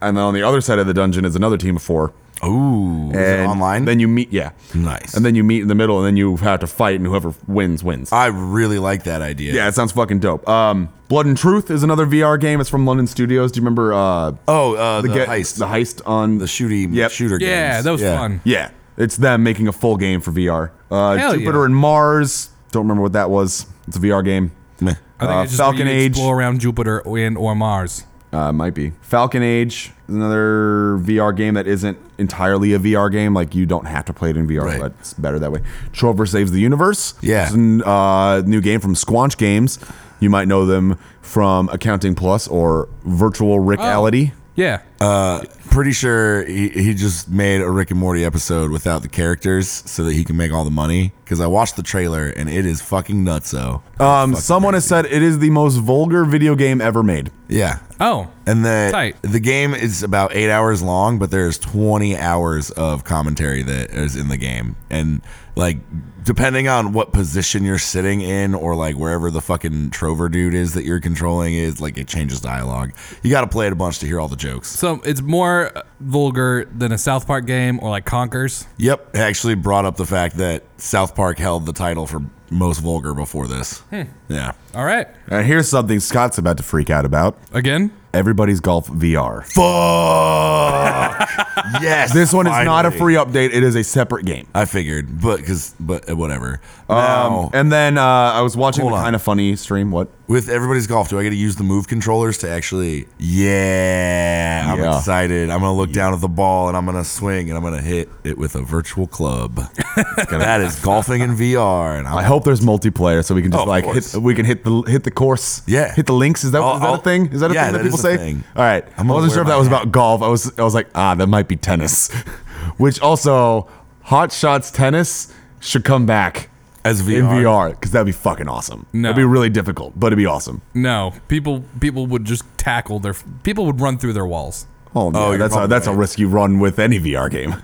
[SPEAKER 1] and then on the other side of the dungeon is another team of 4.
[SPEAKER 3] Ooh. Is it
[SPEAKER 1] And
[SPEAKER 3] online.
[SPEAKER 1] Then you meet yeah.
[SPEAKER 3] nice.
[SPEAKER 1] And then you meet in the middle and then you have to fight and whoever wins wins.
[SPEAKER 3] I really like that idea.
[SPEAKER 1] yeah, it sounds fucking dope. Um, Blood and Truth is another VR game. It's from London Studios. Do you remember uh,
[SPEAKER 3] Oh, uh, the,
[SPEAKER 1] get-
[SPEAKER 3] heist.
[SPEAKER 1] the heist on
[SPEAKER 3] the shooty
[SPEAKER 1] Yep.
[SPEAKER 3] shooter games.
[SPEAKER 2] Yeah, that was fun.
[SPEAKER 1] Yeah, it's them making a full game for VR. Uh,
[SPEAKER 2] Hell yeah.
[SPEAKER 1] Jupiter and Mars. Don't remember what that was. It's a VR game.
[SPEAKER 3] Meh.
[SPEAKER 2] I think
[SPEAKER 1] Uh,
[SPEAKER 2] it's just
[SPEAKER 1] Falcon
[SPEAKER 2] Falcon
[SPEAKER 1] Age.
[SPEAKER 2] Age. Explore around Jupiter and or Mars.
[SPEAKER 1] Uh, it might be Falcon Age. is Another VR game that isn't entirely a VR game. Like you don't have to play it in VR,
[SPEAKER 3] Right.
[SPEAKER 1] but it's better that way. Trover saves the universe.
[SPEAKER 3] Yeah.
[SPEAKER 1] it's a uh, new game from Squanch Games. You might know them from Accounting Plus or Virtual
[SPEAKER 2] Oh.
[SPEAKER 1] Rickality.
[SPEAKER 2] Yeah.
[SPEAKER 1] Uh,
[SPEAKER 3] Pretty sure he, he just made a Rick and Morty episode without the characters so that he can make all the money. Because I watched the trailer and it is fucking nutso. Uh,
[SPEAKER 1] Um, someone has said it is the most vulgar video game ever made.
[SPEAKER 3] Yeah.
[SPEAKER 2] oh.
[SPEAKER 3] And the
[SPEAKER 2] Tight.
[SPEAKER 3] the game is about eight hours long, but there's 20 hours of commentary that is in the game, and like depending on what position you're sitting in, or like wherever the fucking Trover dude is that you're controlling is, like it changes dialogue. You got to play it a bunch to hear all the jokes.
[SPEAKER 2] So it's more uh, vulgar than a South Park game or like Conkers.
[SPEAKER 3] Yep, it actually brought up the fact that South Park held the title for most vulgar before this. Yeah,
[SPEAKER 2] Hmm. All right.
[SPEAKER 1] And here's something Scott's about to freak out about.
[SPEAKER 2] Again?
[SPEAKER 1] Everybody's Golf VR.
[SPEAKER 3] fuck. yes,
[SPEAKER 1] This one is not a
[SPEAKER 3] finally.
[SPEAKER 1] free update. It is a separate game.
[SPEAKER 3] I figured, but because but uh, whatever.
[SPEAKER 1] Um,
[SPEAKER 3] Now-
[SPEAKER 1] and then uh, I was watching
[SPEAKER 3] Hold
[SPEAKER 1] the
[SPEAKER 3] on.
[SPEAKER 1] kind of funny stream. What?
[SPEAKER 3] With everybody's golf, do I get to use the move controllers to actually? Yeah, I'm
[SPEAKER 1] Yeah.
[SPEAKER 3] excited. I'm gonna look down at the ball and I'm gonna swing and I'm gonna hit it with a virtual club. that is golfing in VR, and I'm,
[SPEAKER 1] I hope there's multiplayer so we can just
[SPEAKER 3] Oh, of
[SPEAKER 1] like hit,
[SPEAKER 3] course.
[SPEAKER 1] we can hit the hit the course.
[SPEAKER 3] Yeah.
[SPEAKER 1] Hit the links. Is that,
[SPEAKER 3] I'll-
[SPEAKER 1] is that a
[SPEAKER 3] I'll-
[SPEAKER 1] thing? Is that a
[SPEAKER 3] yeah,
[SPEAKER 1] thing that,
[SPEAKER 3] that
[SPEAKER 1] people
[SPEAKER 3] is a
[SPEAKER 1] say?
[SPEAKER 3] thing.
[SPEAKER 1] All right. I
[SPEAKER 3] I'm gonna
[SPEAKER 1] wasn't sure
[SPEAKER 3] wear
[SPEAKER 1] if that
[SPEAKER 3] my
[SPEAKER 1] was
[SPEAKER 3] hat.
[SPEAKER 1] about golf. I was I was like, ah, that might be tennis. Which also, Hot Shots tennis should come back
[SPEAKER 3] as VR.
[SPEAKER 1] in VR because that'd be fucking awesome.
[SPEAKER 2] No.
[SPEAKER 1] It'd be really difficult, but it'd be awesome.
[SPEAKER 2] No. People people would just tackle their people would run through their walls.
[SPEAKER 1] Oh, no,
[SPEAKER 3] you're
[SPEAKER 1] that's a,
[SPEAKER 3] probably
[SPEAKER 1] that's a
[SPEAKER 3] right.
[SPEAKER 1] risk you run with any VR game.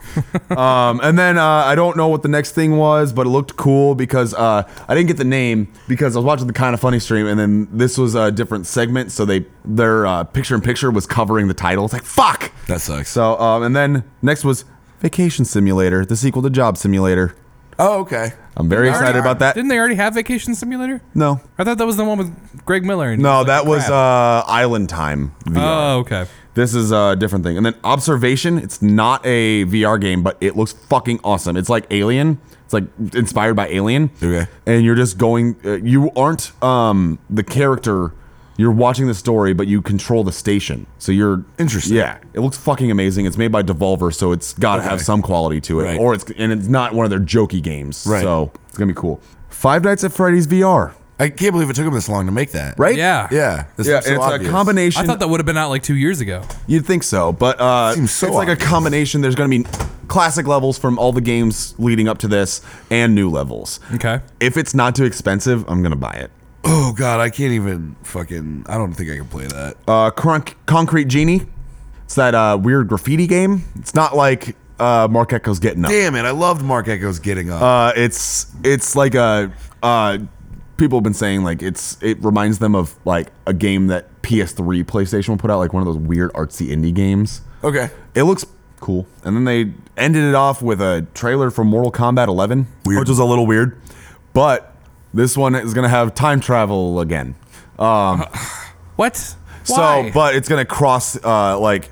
[SPEAKER 1] um, and then uh, I don't know what the next thing was, but it looked cool because uh, I didn't get the name because I was watching the kind of funny stream, and then this was a different segment, so they their uh, picture in picture was covering the title. It's like fuck.
[SPEAKER 3] That sucks.
[SPEAKER 1] So um, and then next was Vacation Simulator, the sequel to Job Simulator.
[SPEAKER 3] oh, okay.
[SPEAKER 1] I'm very
[SPEAKER 3] Darn,
[SPEAKER 1] excited
[SPEAKER 3] darn.
[SPEAKER 1] about that.
[SPEAKER 2] Didn't they already have Vacation Simulator?
[SPEAKER 1] no,
[SPEAKER 2] I thought that was the one with Greg Miller. and-
[SPEAKER 1] no, that was
[SPEAKER 2] crap.
[SPEAKER 1] uh, Island Time. VR.
[SPEAKER 2] Oh, okay.
[SPEAKER 1] This is a different thing. And then Observation, it's not a VR game, but it looks fucking awesome. It's like Alien. It's like inspired by Alien.
[SPEAKER 3] Okay.
[SPEAKER 1] And you're just going uh, you aren't um the character. You're watching the story, but you control the station. So you're
[SPEAKER 3] Interesting.
[SPEAKER 1] Yeah, it looks fucking amazing. It's made by Devolver, so it's got to have
[SPEAKER 3] Okay.
[SPEAKER 1] some quality to it,
[SPEAKER 3] Right.
[SPEAKER 1] or it's and it's not one of their jokey games.
[SPEAKER 3] Right.
[SPEAKER 1] So it's gonna be cool. Five Nights at Freddy's VR,
[SPEAKER 3] I can't believe it took them this long to make that.
[SPEAKER 1] right?
[SPEAKER 2] Yeah.
[SPEAKER 3] Yeah. This
[SPEAKER 1] yeah.
[SPEAKER 3] seems so
[SPEAKER 1] it's
[SPEAKER 3] obvious.
[SPEAKER 1] a combination.
[SPEAKER 2] I thought that would have been out like two years ago.
[SPEAKER 1] You'd think so, but uh,
[SPEAKER 3] Seems so
[SPEAKER 1] it's like
[SPEAKER 3] obvious.
[SPEAKER 1] a combination. There's going to be classic levels from all the games leading up to this and new levels.
[SPEAKER 2] Okay.
[SPEAKER 1] If it's not too expensive, I'm going to buy it.
[SPEAKER 3] Oh god, I can't even fucking. I don't think I can play that.
[SPEAKER 1] Uh, Cronk- Concrete Genie. It's that uh, weird graffiti game. It's not like uh, Mark Echo's Getting Up.
[SPEAKER 3] Damn it! I loved Mark Echo's getting up.
[SPEAKER 1] Uh, it's it's like a uh, people have been saying like it's it reminds them of like a game that PS3 PlayStation will put out like one of those weird artsy indie games.
[SPEAKER 3] okay.
[SPEAKER 1] It looks cool. And then they ended it off with a trailer for Mortal Kombat 11,
[SPEAKER 3] Weird.
[SPEAKER 1] which was a little weird. But this one is going to have time travel again.
[SPEAKER 2] What?
[SPEAKER 1] So,
[SPEAKER 2] Why?
[SPEAKER 1] but it's going to cross uh, like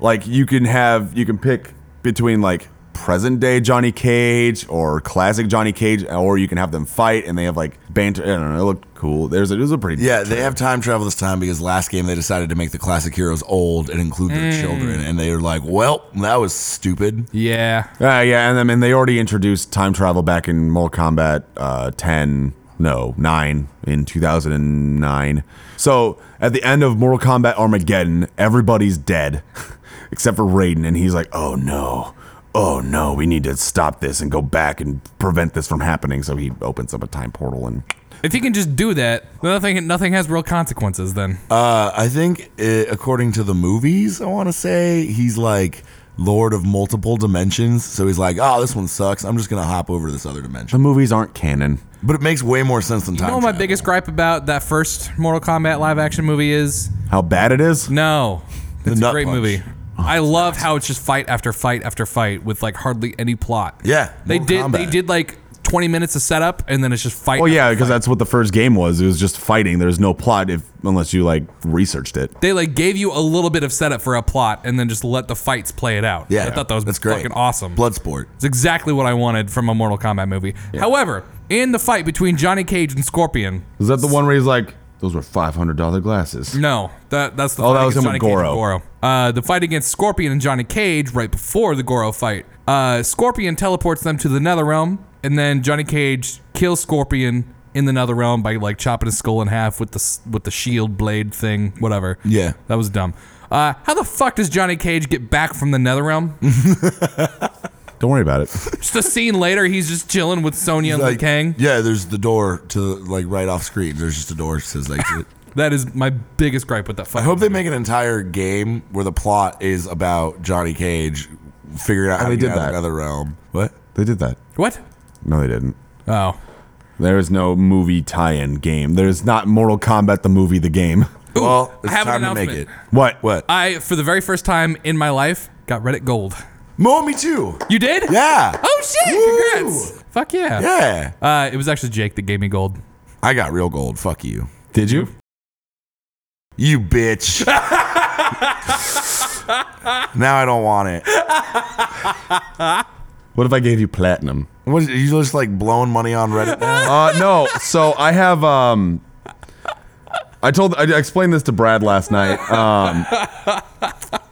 [SPEAKER 1] like you can have you can pick between like present day Johnny Cage or classic Johnny Cage, or you can have them fight and they have like banter. I don't know. It looked cool. There's a, it was a pretty
[SPEAKER 3] Yeah, they have time travel this time because last game they decided to make the classic heroes old and include their children,
[SPEAKER 2] Mm.
[SPEAKER 3] and they were like, "Well, that was stupid."
[SPEAKER 2] yeah.
[SPEAKER 1] Uh, yeah, and I mean they already introduced time travel back in Mortal Kombat uh, 10, no, 9 in 2009. So at the end of Mortal Kombat Armageddon, everybody's dead except for Raiden, and he's like, "Oh no, oh no, we need to stop this and go back and prevent this from happening." So he opens up a time portal and
[SPEAKER 2] If he can just do that, nothing nothing has real consequences then.
[SPEAKER 3] Uh, I think, uh according to the movies, I want to say he's like lord of multiple dimensions. So he's like, "Oh, this one sucks. I'm just gonna hop over to this other
[SPEAKER 1] the
[SPEAKER 3] dimension."
[SPEAKER 1] movies aren't canon.
[SPEAKER 3] But it makes way more sense than time.
[SPEAKER 2] You know what my
[SPEAKER 3] travel.
[SPEAKER 2] biggest gripe about that first Mortal Kombat live action movie is?
[SPEAKER 1] How bad it is?
[SPEAKER 2] No. It's a
[SPEAKER 3] nut
[SPEAKER 2] great
[SPEAKER 3] punch.
[SPEAKER 2] movie. I love how it's just fight after fight after fight with like hardly any plot.
[SPEAKER 3] Yeah,
[SPEAKER 2] They
[SPEAKER 3] Mortal
[SPEAKER 2] did they
[SPEAKER 3] Kombat.
[SPEAKER 2] did like 20 minutes of setup and then it's just fight.
[SPEAKER 1] Well,
[SPEAKER 2] after
[SPEAKER 1] yeah, because that's what the first game was. It was just fighting. There's no plot if unless you like researched it.
[SPEAKER 2] they like gave you a little bit of setup for a plot and then just let the fights play it out.
[SPEAKER 3] Yeah,
[SPEAKER 2] I thought that was
[SPEAKER 3] that's great.
[SPEAKER 2] fucking awesome.
[SPEAKER 3] Bloodsport.
[SPEAKER 2] It's exactly what I wanted from a Mortal Kombat movie. However, in the fight between Johnny Cage and Scorpion,
[SPEAKER 1] Is that the one where he's like, those were five hundred dollar glasses?
[SPEAKER 2] no, that that's the
[SPEAKER 1] Oh,
[SPEAKER 2] fight
[SPEAKER 1] that was
[SPEAKER 2] against
[SPEAKER 1] him with
[SPEAKER 2] Johnny Cage and
[SPEAKER 1] Goro.
[SPEAKER 2] Uh, the fight against Scorpion and Johnny Cage right before the Goro fight. Uh, Scorpion teleports them to the Nether Realm, and then Johnny Cage kills Scorpion in the Nether Realm by like chopping his skull in half with the s- with the shield blade thing, whatever.
[SPEAKER 3] Yeah.
[SPEAKER 2] that was dumb. Uh, how the fuck does Johnny Cage get back from the Nether Realm?
[SPEAKER 1] Don't worry about it.
[SPEAKER 2] just a scene later, he's just chilling with Sonya and Liu
[SPEAKER 3] Like,
[SPEAKER 2] Kang.
[SPEAKER 3] yeah, there's the door to like right off screen. There's just a door that says like.
[SPEAKER 2] That is my biggest gripe with that fight.
[SPEAKER 3] I hope they make an entire game where the plot is about Johnny Cage figuring out how
[SPEAKER 1] they
[SPEAKER 3] to get
[SPEAKER 1] did
[SPEAKER 3] out of
[SPEAKER 1] that.
[SPEAKER 3] another realm. What?
[SPEAKER 1] They did that.
[SPEAKER 2] What?
[SPEAKER 1] No, they didn't.
[SPEAKER 2] Oh.
[SPEAKER 1] There is no movie tie-in game. There's not Mortal Kombat the movie the game.
[SPEAKER 3] well, it's
[SPEAKER 2] I have an
[SPEAKER 3] time to make it.
[SPEAKER 2] announcement.
[SPEAKER 1] What?
[SPEAKER 3] What?
[SPEAKER 2] I, for the very first time in my life, got Reddit Gold.
[SPEAKER 3] Mo, me too.
[SPEAKER 2] You did?
[SPEAKER 3] Yeah.
[SPEAKER 2] Oh, shit.
[SPEAKER 3] Woo.
[SPEAKER 2] Congrats. Fuck yeah.
[SPEAKER 3] Yeah.
[SPEAKER 2] Uh, it was actually Jake that gave me gold.
[SPEAKER 3] I got real gold. Fuck you.
[SPEAKER 1] Did you?
[SPEAKER 3] You bitch. now I don't want it.
[SPEAKER 1] What if I gave you platinum?
[SPEAKER 3] What is, you just like blowing money on Reddit now?
[SPEAKER 1] Uh, no. So I have um. I told I explained this to Brad last night. Um,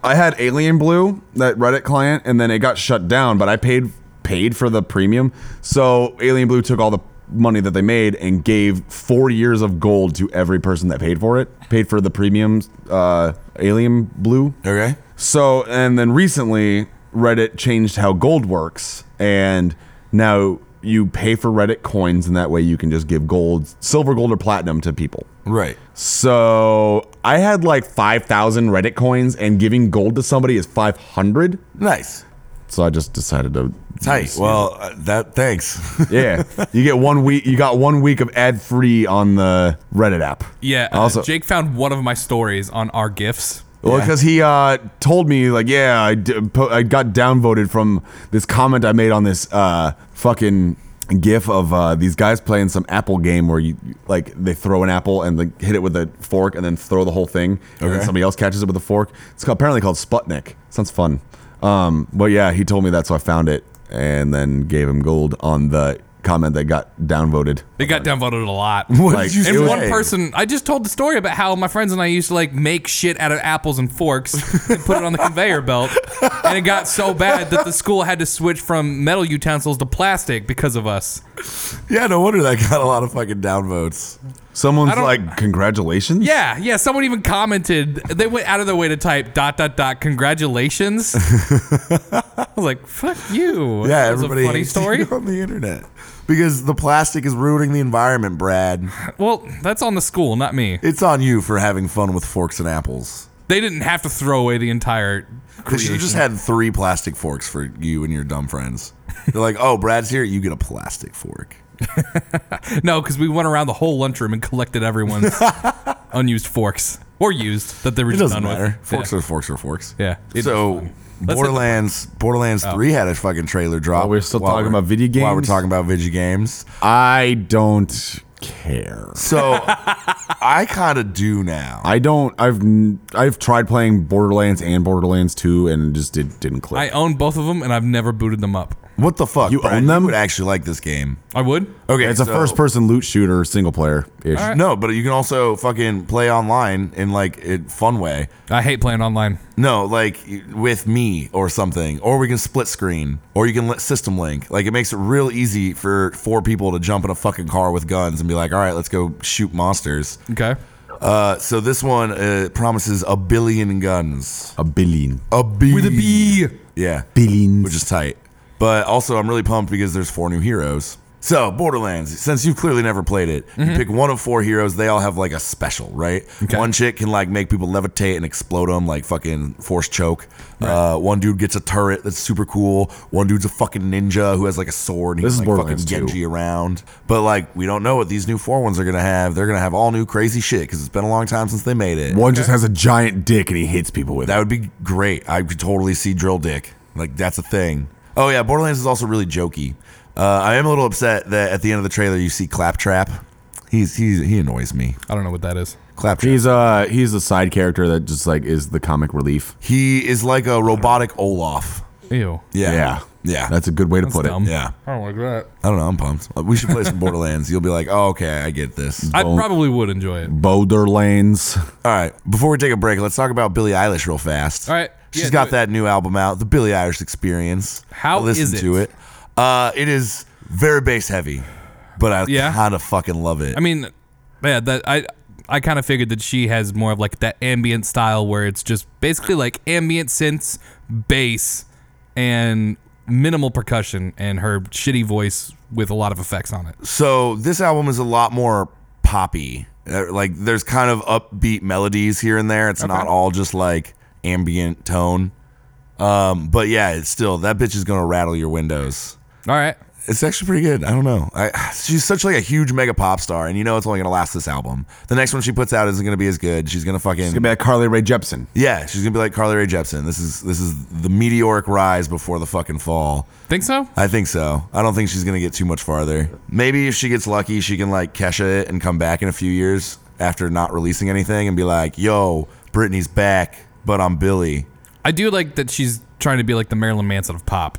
[SPEAKER 1] I had Alien Blue, that Reddit client, and then it got shut down. But I paid paid for the premium, so Alien Blue took all the money that they made and gave four years of gold to every person that paid for it. Paid for the premiums, uh, Alien Blue.
[SPEAKER 3] Okay.
[SPEAKER 1] So, and then recently, Reddit changed how gold works, and now you pay for Reddit coins, and that way you can just give gold, silver, gold, or platinum to people.
[SPEAKER 3] Right.
[SPEAKER 1] So I had like 5,000 Reddit coins, and giving gold to somebody is 500.
[SPEAKER 3] Nice.
[SPEAKER 1] So I just decided to.
[SPEAKER 3] Tight. Well, uh, that thanks.
[SPEAKER 1] Yeah. you get one week. You got one week of ad free on the Reddit app.
[SPEAKER 2] Yeah. uh,
[SPEAKER 1] Also,
[SPEAKER 2] Jake found one of my stories on our gifts.
[SPEAKER 1] Well, because he uh, told me, like, yeah, I, d- po- I got downvoted from this comment I made on this uh, fucking gif of uh, these guys playing some apple game where you like they throw an apple and like, hit it with a fork and then throw the whole thing and then
[SPEAKER 3] Okay.
[SPEAKER 1] somebody else catches it with a fork. It's ca- apparently called Sputnik. Sounds fun. Um, but yeah, he told me that, so I found it and then gave him gold on the comment that got downvoted.
[SPEAKER 2] They got downvoted a lot.
[SPEAKER 3] What
[SPEAKER 1] Like,
[SPEAKER 3] did you
[SPEAKER 1] it
[SPEAKER 2] And
[SPEAKER 1] was-
[SPEAKER 2] one
[SPEAKER 1] Hey.
[SPEAKER 2] person, I just told the story about how my friends and I used to like make shit out of apples and forks and put it on the conveyor belt, and it got so bad that the school had to switch from metal utensils to plastic because of us.
[SPEAKER 3] Yeah, no wonder that got a lot of fucking downvotes.
[SPEAKER 1] Someone's
[SPEAKER 2] don't-
[SPEAKER 1] like, congratulations.
[SPEAKER 2] Yeah, yeah. Someone even commented. They went out of their way to type dot dot dot. Congratulations. I was like, "Fuck you."
[SPEAKER 3] Yeah,
[SPEAKER 2] That was
[SPEAKER 3] everybody
[SPEAKER 2] a funny
[SPEAKER 3] hates
[SPEAKER 2] story.
[SPEAKER 3] you on the internet because the plastic is ruining the environment, Brad.
[SPEAKER 2] Well, that's on the school, not me.
[SPEAKER 3] It's on you for having fun with forks and apples.
[SPEAKER 2] They didn't have to throw away the entire.
[SPEAKER 3] They should
[SPEAKER 2] Creation.
[SPEAKER 3] have just had three plastic forks for you and your dumb friends. They're like, "Oh, Brad's here. You get a plastic fork."
[SPEAKER 2] No, because we went around the whole lunchroom and collected everyone's unused forks or used that they were
[SPEAKER 3] It
[SPEAKER 2] just
[SPEAKER 3] doesn't
[SPEAKER 2] done
[SPEAKER 3] matter.
[SPEAKER 2] with.
[SPEAKER 3] Forks are forks are forks.
[SPEAKER 2] Yeah. yeah. It- Oh.
[SPEAKER 3] so
[SPEAKER 2] the-
[SPEAKER 3] Borderlands, Borderlands Three had a fucking trailer drop.
[SPEAKER 1] While we're still talking
[SPEAKER 3] we're-
[SPEAKER 1] about video
[SPEAKER 3] While we're
[SPEAKER 1] games?
[SPEAKER 3] talking about video games,
[SPEAKER 1] I don't care.
[SPEAKER 3] so I kind of do now.
[SPEAKER 1] I don't. I've n- I've tried playing Borderlands and Borderlands Two, and just did, didn't click.
[SPEAKER 2] I own both of them and I've never booted them up.
[SPEAKER 3] What the fuck?
[SPEAKER 1] You
[SPEAKER 3] Brad?
[SPEAKER 1] own them?
[SPEAKER 3] You would actually like this game.
[SPEAKER 2] I would.
[SPEAKER 3] Okay,
[SPEAKER 1] it's a
[SPEAKER 3] so-
[SPEAKER 1] first-person loot shooter, single player ish.
[SPEAKER 3] No, but you can also fucking play online in like a fun way.
[SPEAKER 2] I hate playing online.
[SPEAKER 3] No, like with me or something, or we can split screen, or you can let system link. Like it makes it real easy for four people to jump in a fucking car with guns and be like, "All right, let's go shoot monsters."
[SPEAKER 2] Okay.
[SPEAKER 3] Uh, so this one uh, promises a billion guns.
[SPEAKER 1] A billion,
[SPEAKER 3] A billion.
[SPEAKER 2] With a B.
[SPEAKER 3] Yeah.
[SPEAKER 1] billion.
[SPEAKER 3] which is tight. But also, I'm really pumped because there's four new heroes. So, Borderlands, since you've clearly never played it,
[SPEAKER 1] Mm-hmm.
[SPEAKER 3] you pick one of four heroes. They all have like a special, right? One chick can like make people levitate and explode them, like fucking force choke. Uh, one dude gets a turret that's super cool. One dude's a fucking ninja who has like a sword. And
[SPEAKER 1] This
[SPEAKER 3] he
[SPEAKER 1] is
[SPEAKER 3] can, like,
[SPEAKER 1] Borderlands 2.
[SPEAKER 3] fucking Genji around. But like, we don't know what these new four ones are going to have. They're going to have all new crazy shit because it's been a long time since they made it.
[SPEAKER 1] One just has a giant dick and he hits people with it.
[SPEAKER 3] That would be great. I could totally see Drill Dick. Like that's a thing. Oh yeah, Borderlands is also really jokey. Uh, I am a little upset that at the end of the trailer you see Claptrap. He's he's he annoys me.
[SPEAKER 2] I don't know what that is.
[SPEAKER 3] Claptrap.
[SPEAKER 1] He's uh he's a side character that just like is the comic relief.
[SPEAKER 3] He is like a robotic Olaf.
[SPEAKER 2] Ew.
[SPEAKER 3] Yeah.
[SPEAKER 1] Yeah,
[SPEAKER 3] Yeah.
[SPEAKER 1] That's a good way to put
[SPEAKER 2] dumb.
[SPEAKER 1] it.
[SPEAKER 3] yeah.
[SPEAKER 2] I don't like that.
[SPEAKER 3] I don't know. I'm pumped. We should play some Borderlands. You'll be like, oh, okay, I get this.
[SPEAKER 2] I probably would enjoy it.
[SPEAKER 1] Borderlands.
[SPEAKER 3] All right. Before we take a break, let's talk about Billie Eilish real fast.
[SPEAKER 2] All right.
[SPEAKER 3] she's
[SPEAKER 2] Yeah, do
[SPEAKER 3] got
[SPEAKER 2] it.
[SPEAKER 3] that new album out, the Billie Eilish Experience.
[SPEAKER 2] How
[SPEAKER 3] I listened
[SPEAKER 2] is it?
[SPEAKER 3] to it. Uh, it is very bass heavy, but I
[SPEAKER 2] Yeah.
[SPEAKER 3] kind of fucking love it.
[SPEAKER 2] I mean, yeah, that I I kind of figured that she has more of like that ambient style where it's just basically like ambient synths, bass, and minimal percussion, and her shitty voice with a lot of effects on it.
[SPEAKER 3] so this album is a lot more poppy. Uh, Like there's kind of upbeat melodies here and there. It's not all just like ambient tone. Um, but yeah, it's still that bitch is gonna rattle your windows.
[SPEAKER 2] All right.
[SPEAKER 3] It's actually pretty good. I don't know. I, she's such like a huge mega pop star, and you know it's only gonna last this album. The next one she puts out isn't gonna be as good. She's gonna fucking
[SPEAKER 1] It's gonna be like Carly Rae Jepsen.
[SPEAKER 3] yeah. She's gonna be like Carly Rae Jepsen. This is this is the meteoric rise before the fucking fall.
[SPEAKER 2] Think so?
[SPEAKER 3] I think so. I don't think she's gonna get too much farther. Maybe if she gets lucky, she can like Kesha it and come back in a few years after not releasing anything and be like, "Yo, Britney's back, but I'm Billy."
[SPEAKER 2] I do like that she's trying to be like the Marilyn Manson of pop.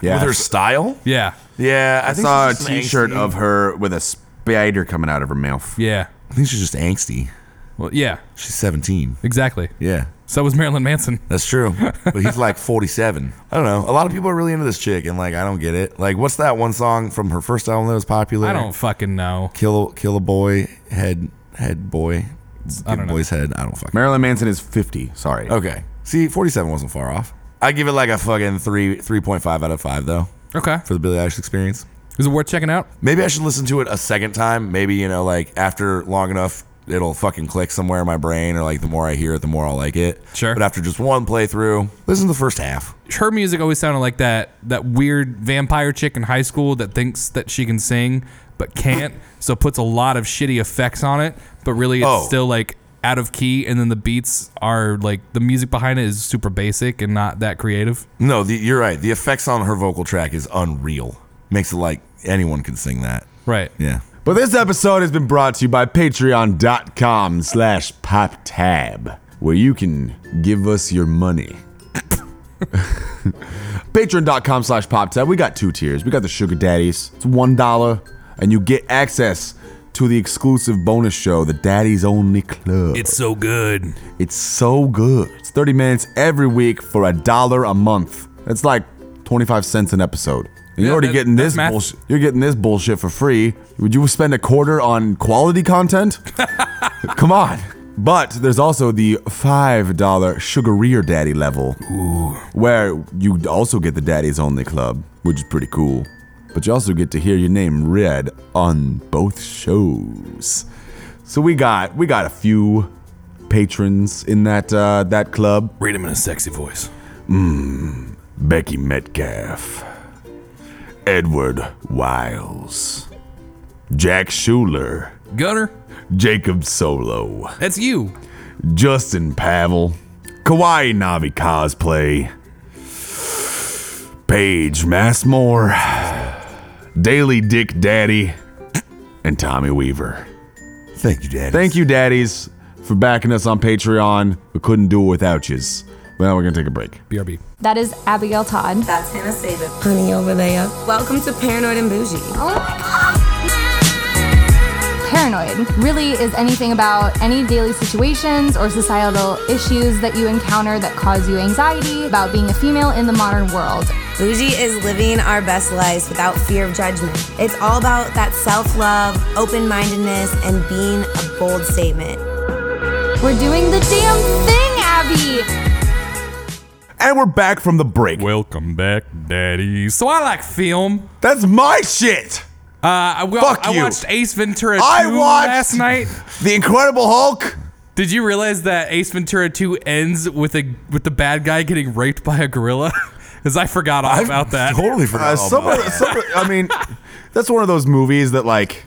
[SPEAKER 1] Yeah,
[SPEAKER 3] With her style.
[SPEAKER 2] Yeah.
[SPEAKER 3] Yeah, I,
[SPEAKER 1] I
[SPEAKER 3] think
[SPEAKER 1] saw a
[SPEAKER 3] she's just an
[SPEAKER 1] T-shirt
[SPEAKER 3] angsty-
[SPEAKER 1] of her with a spider coming out of her mouth.
[SPEAKER 2] Yeah.
[SPEAKER 3] I think she's just angsty.
[SPEAKER 2] Well, yeah.
[SPEAKER 3] She's 17.
[SPEAKER 2] Exactly.
[SPEAKER 3] Yeah.
[SPEAKER 2] So was Marilyn Manson.
[SPEAKER 3] That's true. But he's like 47. I don't know. A lot of people are really into this chick, and like, I don't get it. Like, what's that one song from her first album that was popular?
[SPEAKER 2] I don't fucking know.
[SPEAKER 3] Kill, kill a boy, head, head boy.
[SPEAKER 2] I don't
[SPEAKER 3] Good
[SPEAKER 2] know.
[SPEAKER 3] boy's head. I don't fucking.
[SPEAKER 1] Marilyn Manson is fifty. Sorry.
[SPEAKER 3] Okay. See, 47 wasn't far off. I give it like a fucking three, 3.5 out of five though
[SPEAKER 2] Okay.
[SPEAKER 3] for the Billie Eilish experience.
[SPEAKER 2] Is it worth checking out?
[SPEAKER 3] Maybe I should listen to it a second time. Maybe you know, like after long enough it'll fucking click somewhere in my brain, or like the more I hear it, the more I'll like it.
[SPEAKER 2] Sure.
[SPEAKER 3] But after just one playthrough, listen to the first half.
[SPEAKER 2] her music always sounded like that that weird vampire chick in high school that thinks that she can sing but can't, so puts a lot of shitty effects on it, but really it's
[SPEAKER 3] Oh.
[SPEAKER 2] still like out of key and then the beats are like the music behind it is super basic and not that creative.
[SPEAKER 3] No, the, you're right. The effects on her vocal track is unreal. Makes it like anyone can sing that.
[SPEAKER 2] Right.
[SPEAKER 3] Yeah.
[SPEAKER 1] But this episode has been brought to you by patreon.com slash pop tab, where you can give us your money. Patreon.com slash pop tab. We got two tiers. We got the sugar daddies. It's one dollar, and you get access to the exclusive bonus show, the Daddies Only Club.
[SPEAKER 2] It's so good.
[SPEAKER 1] It's so good. It's 30 minutes every week for a dollar a month. That's like 25 cents an episode. And
[SPEAKER 2] Yeah,
[SPEAKER 1] you're already
[SPEAKER 2] that-
[SPEAKER 1] getting
[SPEAKER 2] that's
[SPEAKER 1] this
[SPEAKER 2] math.
[SPEAKER 1] bullshit. You're getting this bullshit for free. Would you spend a quarter on quality content? Come on. But there's also the $5 sugarier daddy level where you also get the daddies only club, which is pretty cool. But you also get to hear your name read on both shows. So we got we got a few patrons in that uh, that club.
[SPEAKER 2] Read him in a sexy voice.
[SPEAKER 1] Becky Metcalf, Edward Wiles, Jack Schuler,
[SPEAKER 2] Gunner,
[SPEAKER 1] Jacob Solo,
[SPEAKER 2] that's you.
[SPEAKER 1] Justin Pavel, Kawaii Navi Cosplay, Paige Massmore, Daily Dick Daddy, and Tommy Weaver.
[SPEAKER 3] Thank you, Daddy.
[SPEAKER 1] Thank you, daddies, for backing us on Patreon. We couldn't do it without yous. But now we're gonna take a break.
[SPEAKER 2] BRB.
[SPEAKER 4] That is Abigail Todd.
[SPEAKER 5] That's Hannah Saban.
[SPEAKER 6] honey over there.
[SPEAKER 5] Welcome to Paranoid and Bougie.
[SPEAKER 4] Paranoid really is anything about any daily situations or societal issues that you encounter that cause you anxiety about being a female in the modern world.
[SPEAKER 5] Bougie is living our best lives without fear of judgment. It's all about that self love, open mindedness, and being a bold statement.
[SPEAKER 4] We're doing the damn thing, Abby!
[SPEAKER 1] And we're back from the break.
[SPEAKER 2] Welcome back, Daddy. So I like film.
[SPEAKER 1] That's my shit.
[SPEAKER 2] Uh, I, well,
[SPEAKER 1] Fuck
[SPEAKER 2] I
[SPEAKER 1] you.
[SPEAKER 2] watched Ace Ventura 2
[SPEAKER 1] I watched-
[SPEAKER 2] last night.
[SPEAKER 1] The Incredible Hulk.
[SPEAKER 2] Did you realize that Ace Ventura 2 ends with a with the bad guy getting raped by a gorilla? Because I forgot all about that.
[SPEAKER 3] Totally forgot.
[SPEAKER 1] Uh,
[SPEAKER 3] all
[SPEAKER 1] some,
[SPEAKER 3] about
[SPEAKER 1] of, some of- I mean, that's one of those movies that like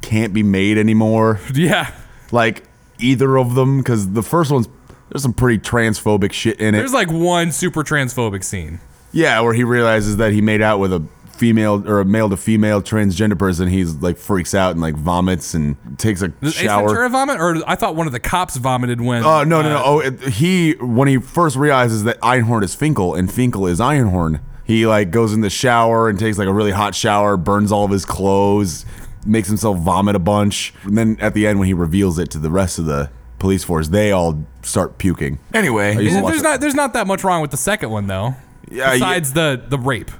[SPEAKER 1] can't be made anymore.
[SPEAKER 2] Yeah.
[SPEAKER 1] Like either of them, because the first one's there's some pretty transphobic shit in it.
[SPEAKER 2] There's like one super transphobic scene.
[SPEAKER 1] yeah, where he realizes that he made out with a female or a male to female transgender person. He's like freaks out and like vomits and takes a
[SPEAKER 2] Does Ace
[SPEAKER 1] shower.
[SPEAKER 2] Ventura vomit? Or I thought one of the cops vomited when.
[SPEAKER 1] Oh no no
[SPEAKER 2] Uh,
[SPEAKER 1] no! Oh, it, he when he first realizes that Ironhorn is Finkel and Finkel is Ironhorn, he like goes in the shower and takes like a really hot shower, burns all of his clothes, makes himself vomit a bunch, and then at the end when he reveals it to the rest of the police force, they all start puking.
[SPEAKER 3] it. Anyway,
[SPEAKER 1] you-
[SPEAKER 2] There's
[SPEAKER 1] watch it.
[SPEAKER 2] not there's not that much wrong with the second one though.
[SPEAKER 1] Yeah, yeah.
[SPEAKER 2] Besides the the rape,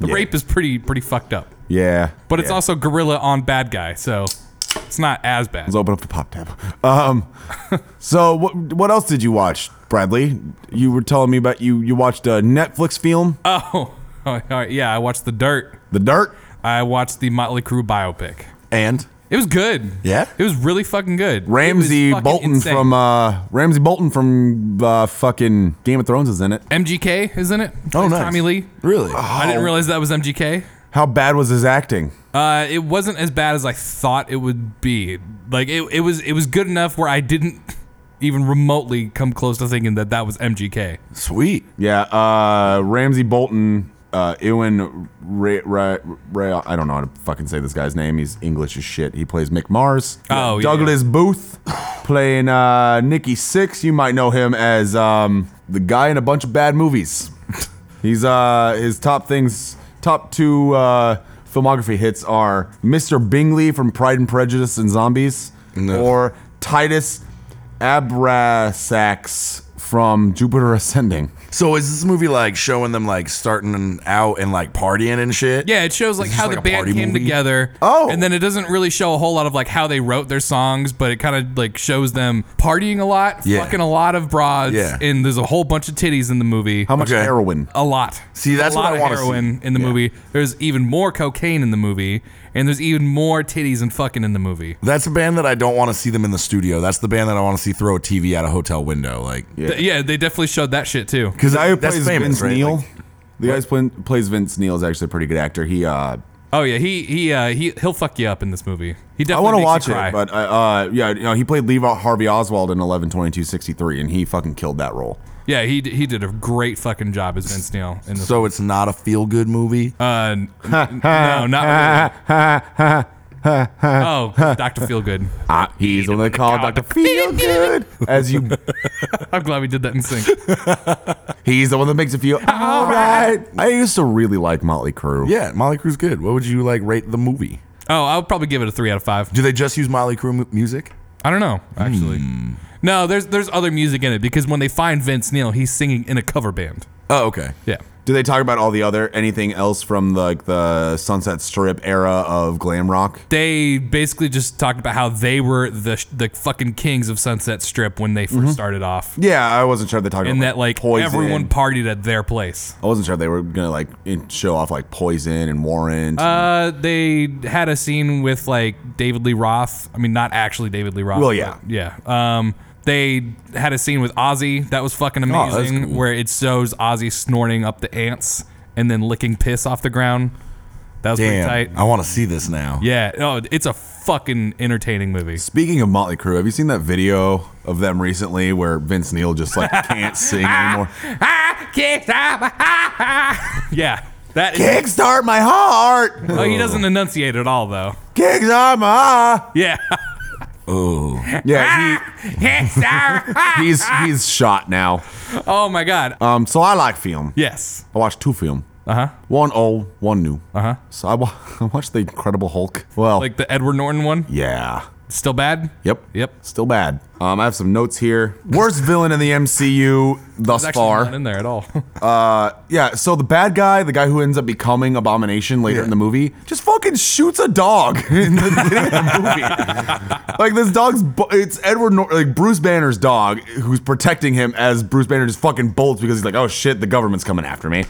[SPEAKER 2] the
[SPEAKER 1] Yeah.
[SPEAKER 2] rape is pretty pretty fucked up.
[SPEAKER 1] Yeah,
[SPEAKER 2] But it's
[SPEAKER 1] yeah.
[SPEAKER 2] also gorilla on bad guy, so it's not as bad.
[SPEAKER 1] Let's open up the pop tab. Um, so what what else did you watch, Bradley? You were telling me about you you watched a Netflix film,
[SPEAKER 2] Oh, all right, yeah. I watched The Dirt.
[SPEAKER 1] The Dirt.
[SPEAKER 2] I watched the Motley Crue biopic.
[SPEAKER 3] and
[SPEAKER 2] It was good.
[SPEAKER 3] Yeah?
[SPEAKER 2] It was really fucking good. It was
[SPEAKER 1] Ramsey
[SPEAKER 2] fucking
[SPEAKER 1] Bolton
[SPEAKER 2] insane.
[SPEAKER 1] from uh, Ramsey Bolton from uh, fucking Game of Thrones is in it.
[SPEAKER 2] MGK, isn't it?
[SPEAKER 3] oh,
[SPEAKER 2] Plays
[SPEAKER 3] nice. Oh.
[SPEAKER 2] Tommy Lee.
[SPEAKER 3] Really?
[SPEAKER 2] I didn't realize that was MGK.
[SPEAKER 1] How bad was his acting?
[SPEAKER 2] Uh, it wasn't as bad as I thought it would be. Like it, it was, it was good enough where I didn't even remotely come close to thinking that that was MGK.
[SPEAKER 3] Sweet.
[SPEAKER 1] Yeah, uh, Ramsey Bolton, uh, Ewan Ray, Ray, Ray, I don't know how to fucking say this guy's name. He's English as shit. He plays Mick Mars.
[SPEAKER 2] Oh, yeah.
[SPEAKER 1] Douglas Booth playing uh, Nikki Six. You might know him as um, the guy in a bunch of bad movies. He's uh, his top things, top two uh, filmography hits are Mr. Bingley from Pride and Prejudice and Zombies,
[SPEAKER 3] No.
[SPEAKER 1] or Titus Abrasax from Jupiter Ascending.
[SPEAKER 3] So is this movie like showing them like starting out and like partying and shit?
[SPEAKER 2] Yeah, it shows like
[SPEAKER 3] Is this
[SPEAKER 2] how
[SPEAKER 3] like
[SPEAKER 2] the
[SPEAKER 3] a
[SPEAKER 2] band
[SPEAKER 3] party
[SPEAKER 2] came
[SPEAKER 3] movie?
[SPEAKER 2] together.
[SPEAKER 1] Oh.
[SPEAKER 2] and then it doesn't really show a whole lot of like how they wrote their songs, but it kind of like shows them partying a lot,
[SPEAKER 3] Yeah.
[SPEAKER 2] fucking a lot of broads,
[SPEAKER 3] Yeah.
[SPEAKER 2] and there's a whole bunch of titties in the movie.
[SPEAKER 1] How much
[SPEAKER 3] Okay.
[SPEAKER 1] heroin?
[SPEAKER 2] A lot.
[SPEAKER 3] See, that's
[SPEAKER 2] a lot
[SPEAKER 3] what I
[SPEAKER 2] of
[SPEAKER 3] wanna
[SPEAKER 2] heroin
[SPEAKER 3] see.
[SPEAKER 2] in the
[SPEAKER 3] Yeah.
[SPEAKER 2] movie. There's even more cocaine in the movie, and there's even more titties and fucking in the movie.
[SPEAKER 3] That's a band that I don't want to see them in the studio. That's the band that I want to see throw a TV out a hotel window. Like,
[SPEAKER 2] Th- yeah, they definitely showed that shit too.
[SPEAKER 1] Because I
[SPEAKER 3] That's
[SPEAKER 1] plays
[SPEAKER 3] famous,
[SPEAKER 1] Vince
[SPEAKER 3] right?
[SPEAKER 1] Neil.
[SPEAKER 3] Like-
[SPEAKER 1] the guy who play- plays Vince Neil is actually a pretty good actor. He, uh,
[SPEAKER 2] Oh yeah, he he uh, he he'll fuck you up in this movie.
[SPEAKER 1] I
[SPEAKER 2] He definitely
[SPEAKER 1] want to
[SPEAKER 2] makes you
[SPEAKER 1] watch
[SPEAKER 2] cry.
[SPEAKER 1] it, but uh, uh, yeah, you know, he played Levi Harvey Oswald in eleven twenty two sixty three, and he fucking killed that role.
[SPEAKER 2] yeah, he d- he did a great fucking job as Vince Neil in this.
[SPEAKER 3] so it's not a feel good movie.
[SPEAKER 2] Uh, n- n- no, not really. oh, Doctor Feelgood.
[SPEAKER 1] Uh, he's the one they call Doctor Feel Good, as you.
[SPEAKER 2] I'm glad we did that in sync.
[SPEAKER 1] He's the one that makes it feel all right. I used to really like Motley Crue.
[SPEAKER 3] yeah, Molly Crew's good. What would you like rate the movie?
[SPEAKER 2] Oh, I'll probably give it a three out of five.
[SPEAKER 3] Do they just use Molly Crew mu- music?
[SPEAKER 2] I don't know actually. No, there's there's other music in it because when they find Vince Neil, he's singing in a cover band.
[SPEAKER 3] Oh, okay.
[SPEAKER 2] Yeah.
[SPEAKER 1] Do they talk about all the other anything else from like the Sunset Strip era of glam rock?
[SPEAKER 2] They basically just talked about how they were the the fucking kings of Sunset Strip when they 1st started off,
[SPEAKER 1] Yeah, I wasn't sure if they talked
[SPEAKER 2] and
[SPEAKER 1] about
[SPEAKER 2] that like
[SPEAKER 1] Poison.
[SPEAKER 2] everyone partied at their place.
[SPEAKER 1] I wasn't sure if they were gonna like in- show off like Poison and Warren.
[SPEAKER 2] Uh, they had a scene with like David Lee Roth. I mean, not actually David Lee Roth.
[SPEAKER 1] Well, yeah.
[SPEAKER 2] but yeah. Um, they had a scene with Ozzy that was fucking
[SPEAKER 3] that's
[SPEAKER 2] amazing,
[SPEAKER 3] cool.
[SPEAKER 2] where it shows Ozzy snorting up the ants and then licking piss off the ground. That was pretty
[SPEAKER 3] Damn,
[SPEAKER 2] tight.
[SPEAKER 3] I want to see this now.
[SPEAKER 2] Yeah. No, it's a fucking entertaining movie.
[SPEAKER 1] Speaking of Motley Crue, have you seen that video of them recently where Vince Neil just like can't sing anymore?
[SPEAKER 2] Ah, kick, ah, ah, ah. yeah. That is,
[SPEAKER 1] Kickstart my heart.
[SPEAKER 2] oh, he doesn't enunciate at all though.
[SPEAKER 1] Kickstart my heart.
[SPEAKER 2] Yeah.
[SPEAKER 3] Oh,
[SPEAKER 1] Yeah,
[SPEAKER 2] Yes, sir. Ah.
[SPEAKER 1] he, he's he's shot now.
[SPEAKER 2] oh my god.
[SPEAKER 1] Um, so I like film.
[SPEAKER 2] Yes.
[SPEAKER 1] I
[SPEAKER 2] Uh-huh.
[SPEAKER 1] watched two film. Uh huh. One old, one new. Uh huh. So I, wa- I watched the Incredible Hulk. Well,
[SPEAKER 2] Like the Edward Norton one.
[SPEAKER 1] yeah.
[SPEAKER 2] Still bad?
[SPEAKER 1] Yep.
[SPEAKER 2] Yep.
[SPEAKER 1] Still bad. Um, I have some notes here. Worst villain in the MCU thus
[SPEAKER 2] It's actually
[SPEAKER 1] far.
[SPEAKER 2] not in there at all.
[SPEAKER 1] Yeah, so the bad guy, the guy who ends up becoming Abomination later in the movie, just fucking shoots a dog in the beginning of the movie. like this dog's, bu- it's Edward, Nor- like Bruce Banner's dog, who's protecting him as Bruce Banner just fucking bolts because he's like, oh shit, the government's coming after me,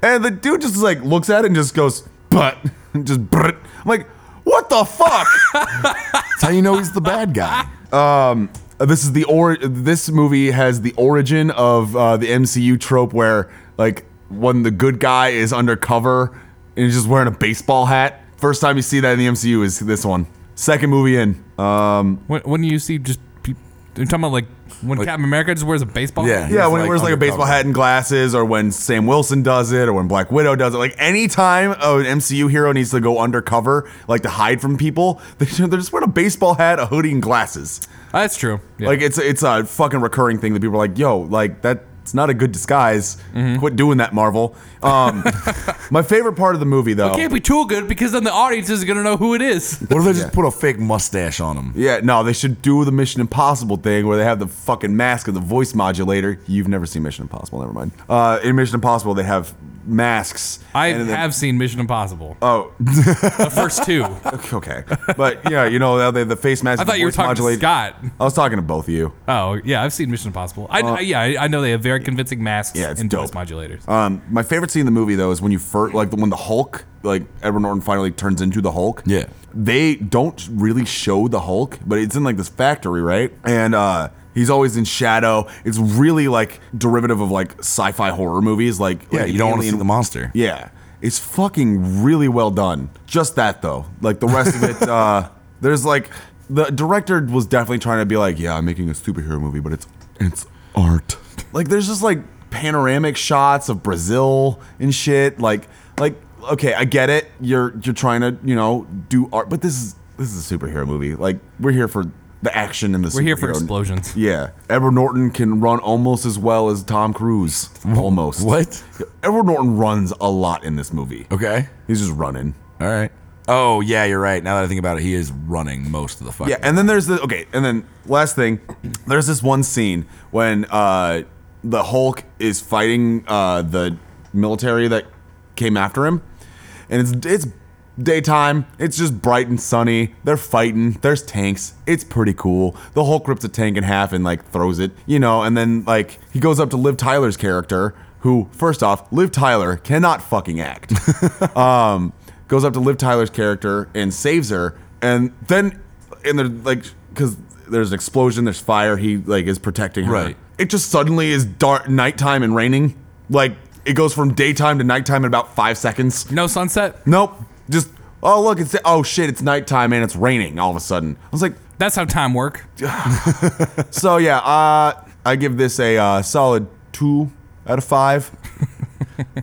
[SPEAKER 1] and the dude just like looks at it and just goes, but, and just, brrrt. I'm like, what the fuck.
[SPEAKER 3] that's how you know he's the bad guy.
[SPEAKER 1] Uh, this is the or this movie has the origin of uh, the MCU trope where like when the good guy is undercover and he's just wearing a baseball hat. First time you see that in the MCU is this one. Second movie in. Um,
[SPEAKER 2] when, when you see just pe- you're talking about like when Captain America just wears a baseball.
[SPEAKER 3] Yeah.
[SPEAKER 2] hat?
[SPEAKER 1] yeah,
[SPEAKER 3] He's,
[SPEAKER 1] when
[SPEAKER 3] like,
[SPEAKER 1] he wears like a baseball
[SPEAKER 3] undercover.
[SPEAKER 1] hat and glasses, or when Sam Wilson does it, or when Black Widow does it. Like any time an MCU hero needs to go undercover, like to hide from people, they- they're just wearing a baseball hat, a hoodie, and glasses.
[SPEAKER 2] Ah, that's true. Yeah.
[SPEAKER 1] Like it's it's a fucking recurring thing that people are like, yo, like that's not a good disguise.
[SPEAKER 2] Mm-hmm.
[SPEAKER 1] Quit doing that, Marvel. Um, my favorite part of the movie though.
[SPEAKER 2] can't be too good because then the audience is gonna know who it is.
[SPEAKER 3] What if they just put a fake mustache on him?
[SPEAKER 1] yeah, no, they should do the Mission Impossible thing where they have the fucking mask and the voice modulator. You've never seen Mission Impossible, never mind. Uh, in Mission Impossible, they have masks.
[SPEAKER 2] I
[SPEAKER 1] and then-
[SPEAKER 2] have seen Mission Impossible.
[SPEAKER 1] Oh,
[SPEAKER 2] the first two.
[SPEAKER 1] okay, but yeah, you know they have the face mask.
[SPEAKER 2] I thought you were talking to Scott.
[SPEAKER 1] I was talking to both of you.
[SPEAKER 2] Oh yeah, I've seen Mission Impossible. I, I- yeah, I, I know they have very convincing masks
[SPEAKER 1] Yeah, it's
[SPEAKER 2] and voice
[SPEAKER 1] dope.
[SPEAKER 2] modulators.
[SPEAKER 1] Um, my favorite scene in the movie though is when you first like when the Hulk, like Edward Norton finally turns into the Hulk.
[SPEAKER 3] Yeah.
[SPEAKER 1] They don't really show the Hulk, but it's in like this factory, right? And uh he's always in shadow. It's really like derivative of like sci-fi horror movies like
[SPEAKER 3] Yeah,
[SPEAKER 1] like
[SPEAKER 3] you don't want to
[SPEAKER 1] Alien-
[SPEAKER 3] see the monster.
[SPEAKER 1] Yeah. It's fucking really well done. Just that though. Like the rest of it uh there's like the director was definitely trying to be like, yeah, I'm making a superhero movie, but it's it's art. Like there's just like panoramic shots of Brazil and shit. Like like okay, I get it. You're you're trying to, you know, do art, but this is this is a superhero movie. Like we're here for the action and the
[SPEAKER 2] We're here for
[SPEAKER 1] superhero-
[SPEAKER 2] explosions.
[SPEAKER 1] Yeah. Edward Norton can run almost as well as Tom Cruise. Almost.
[SPEAKER 3] What?
[SPEAKER 1] Edward Norton runs a lot in this movie.
[SPEAKER 3] Okay.
[SPEAKER 1] He's just running.
[SPEAKER 3] All right. Oh yeah, you're right. Now that I think about it, he is running most of the fucking.
[SPEAKER 1] Yeah, and then there's the okay, and then last thing, there's this one scene when uh the Hulk is fighting uh the military that came after him. And it's it's daytime, it's just bright and sunny. They're fighting, there's tanks. It's pretty cool. The Hulk rips a tank in half and like throws it, you know, and then like he goes up to Liv Tyler's character who first off, Liv Tyler cannot fucking act. um goes up to Liv Tyler's character and saves her, and then and they're like because there's an explosion, there's fire, he like is protecting her.
[SPEAKER 3] Right.
[SPEAKER 1] It just suddenly is dark, nighttime and raining. Like it goes from daytime to nighttime in about five seconds.
[SPEAKER 2] No sunset.
[SPEAKER 1] Nope. Just oh look, it's oh shit, it's nighttime and it's raining all of a sudden. I was like,
[SPEAKER 2] That's how time work.
[SPEAKER 1] so yeah, uh, I give this a uh, solid two out of five.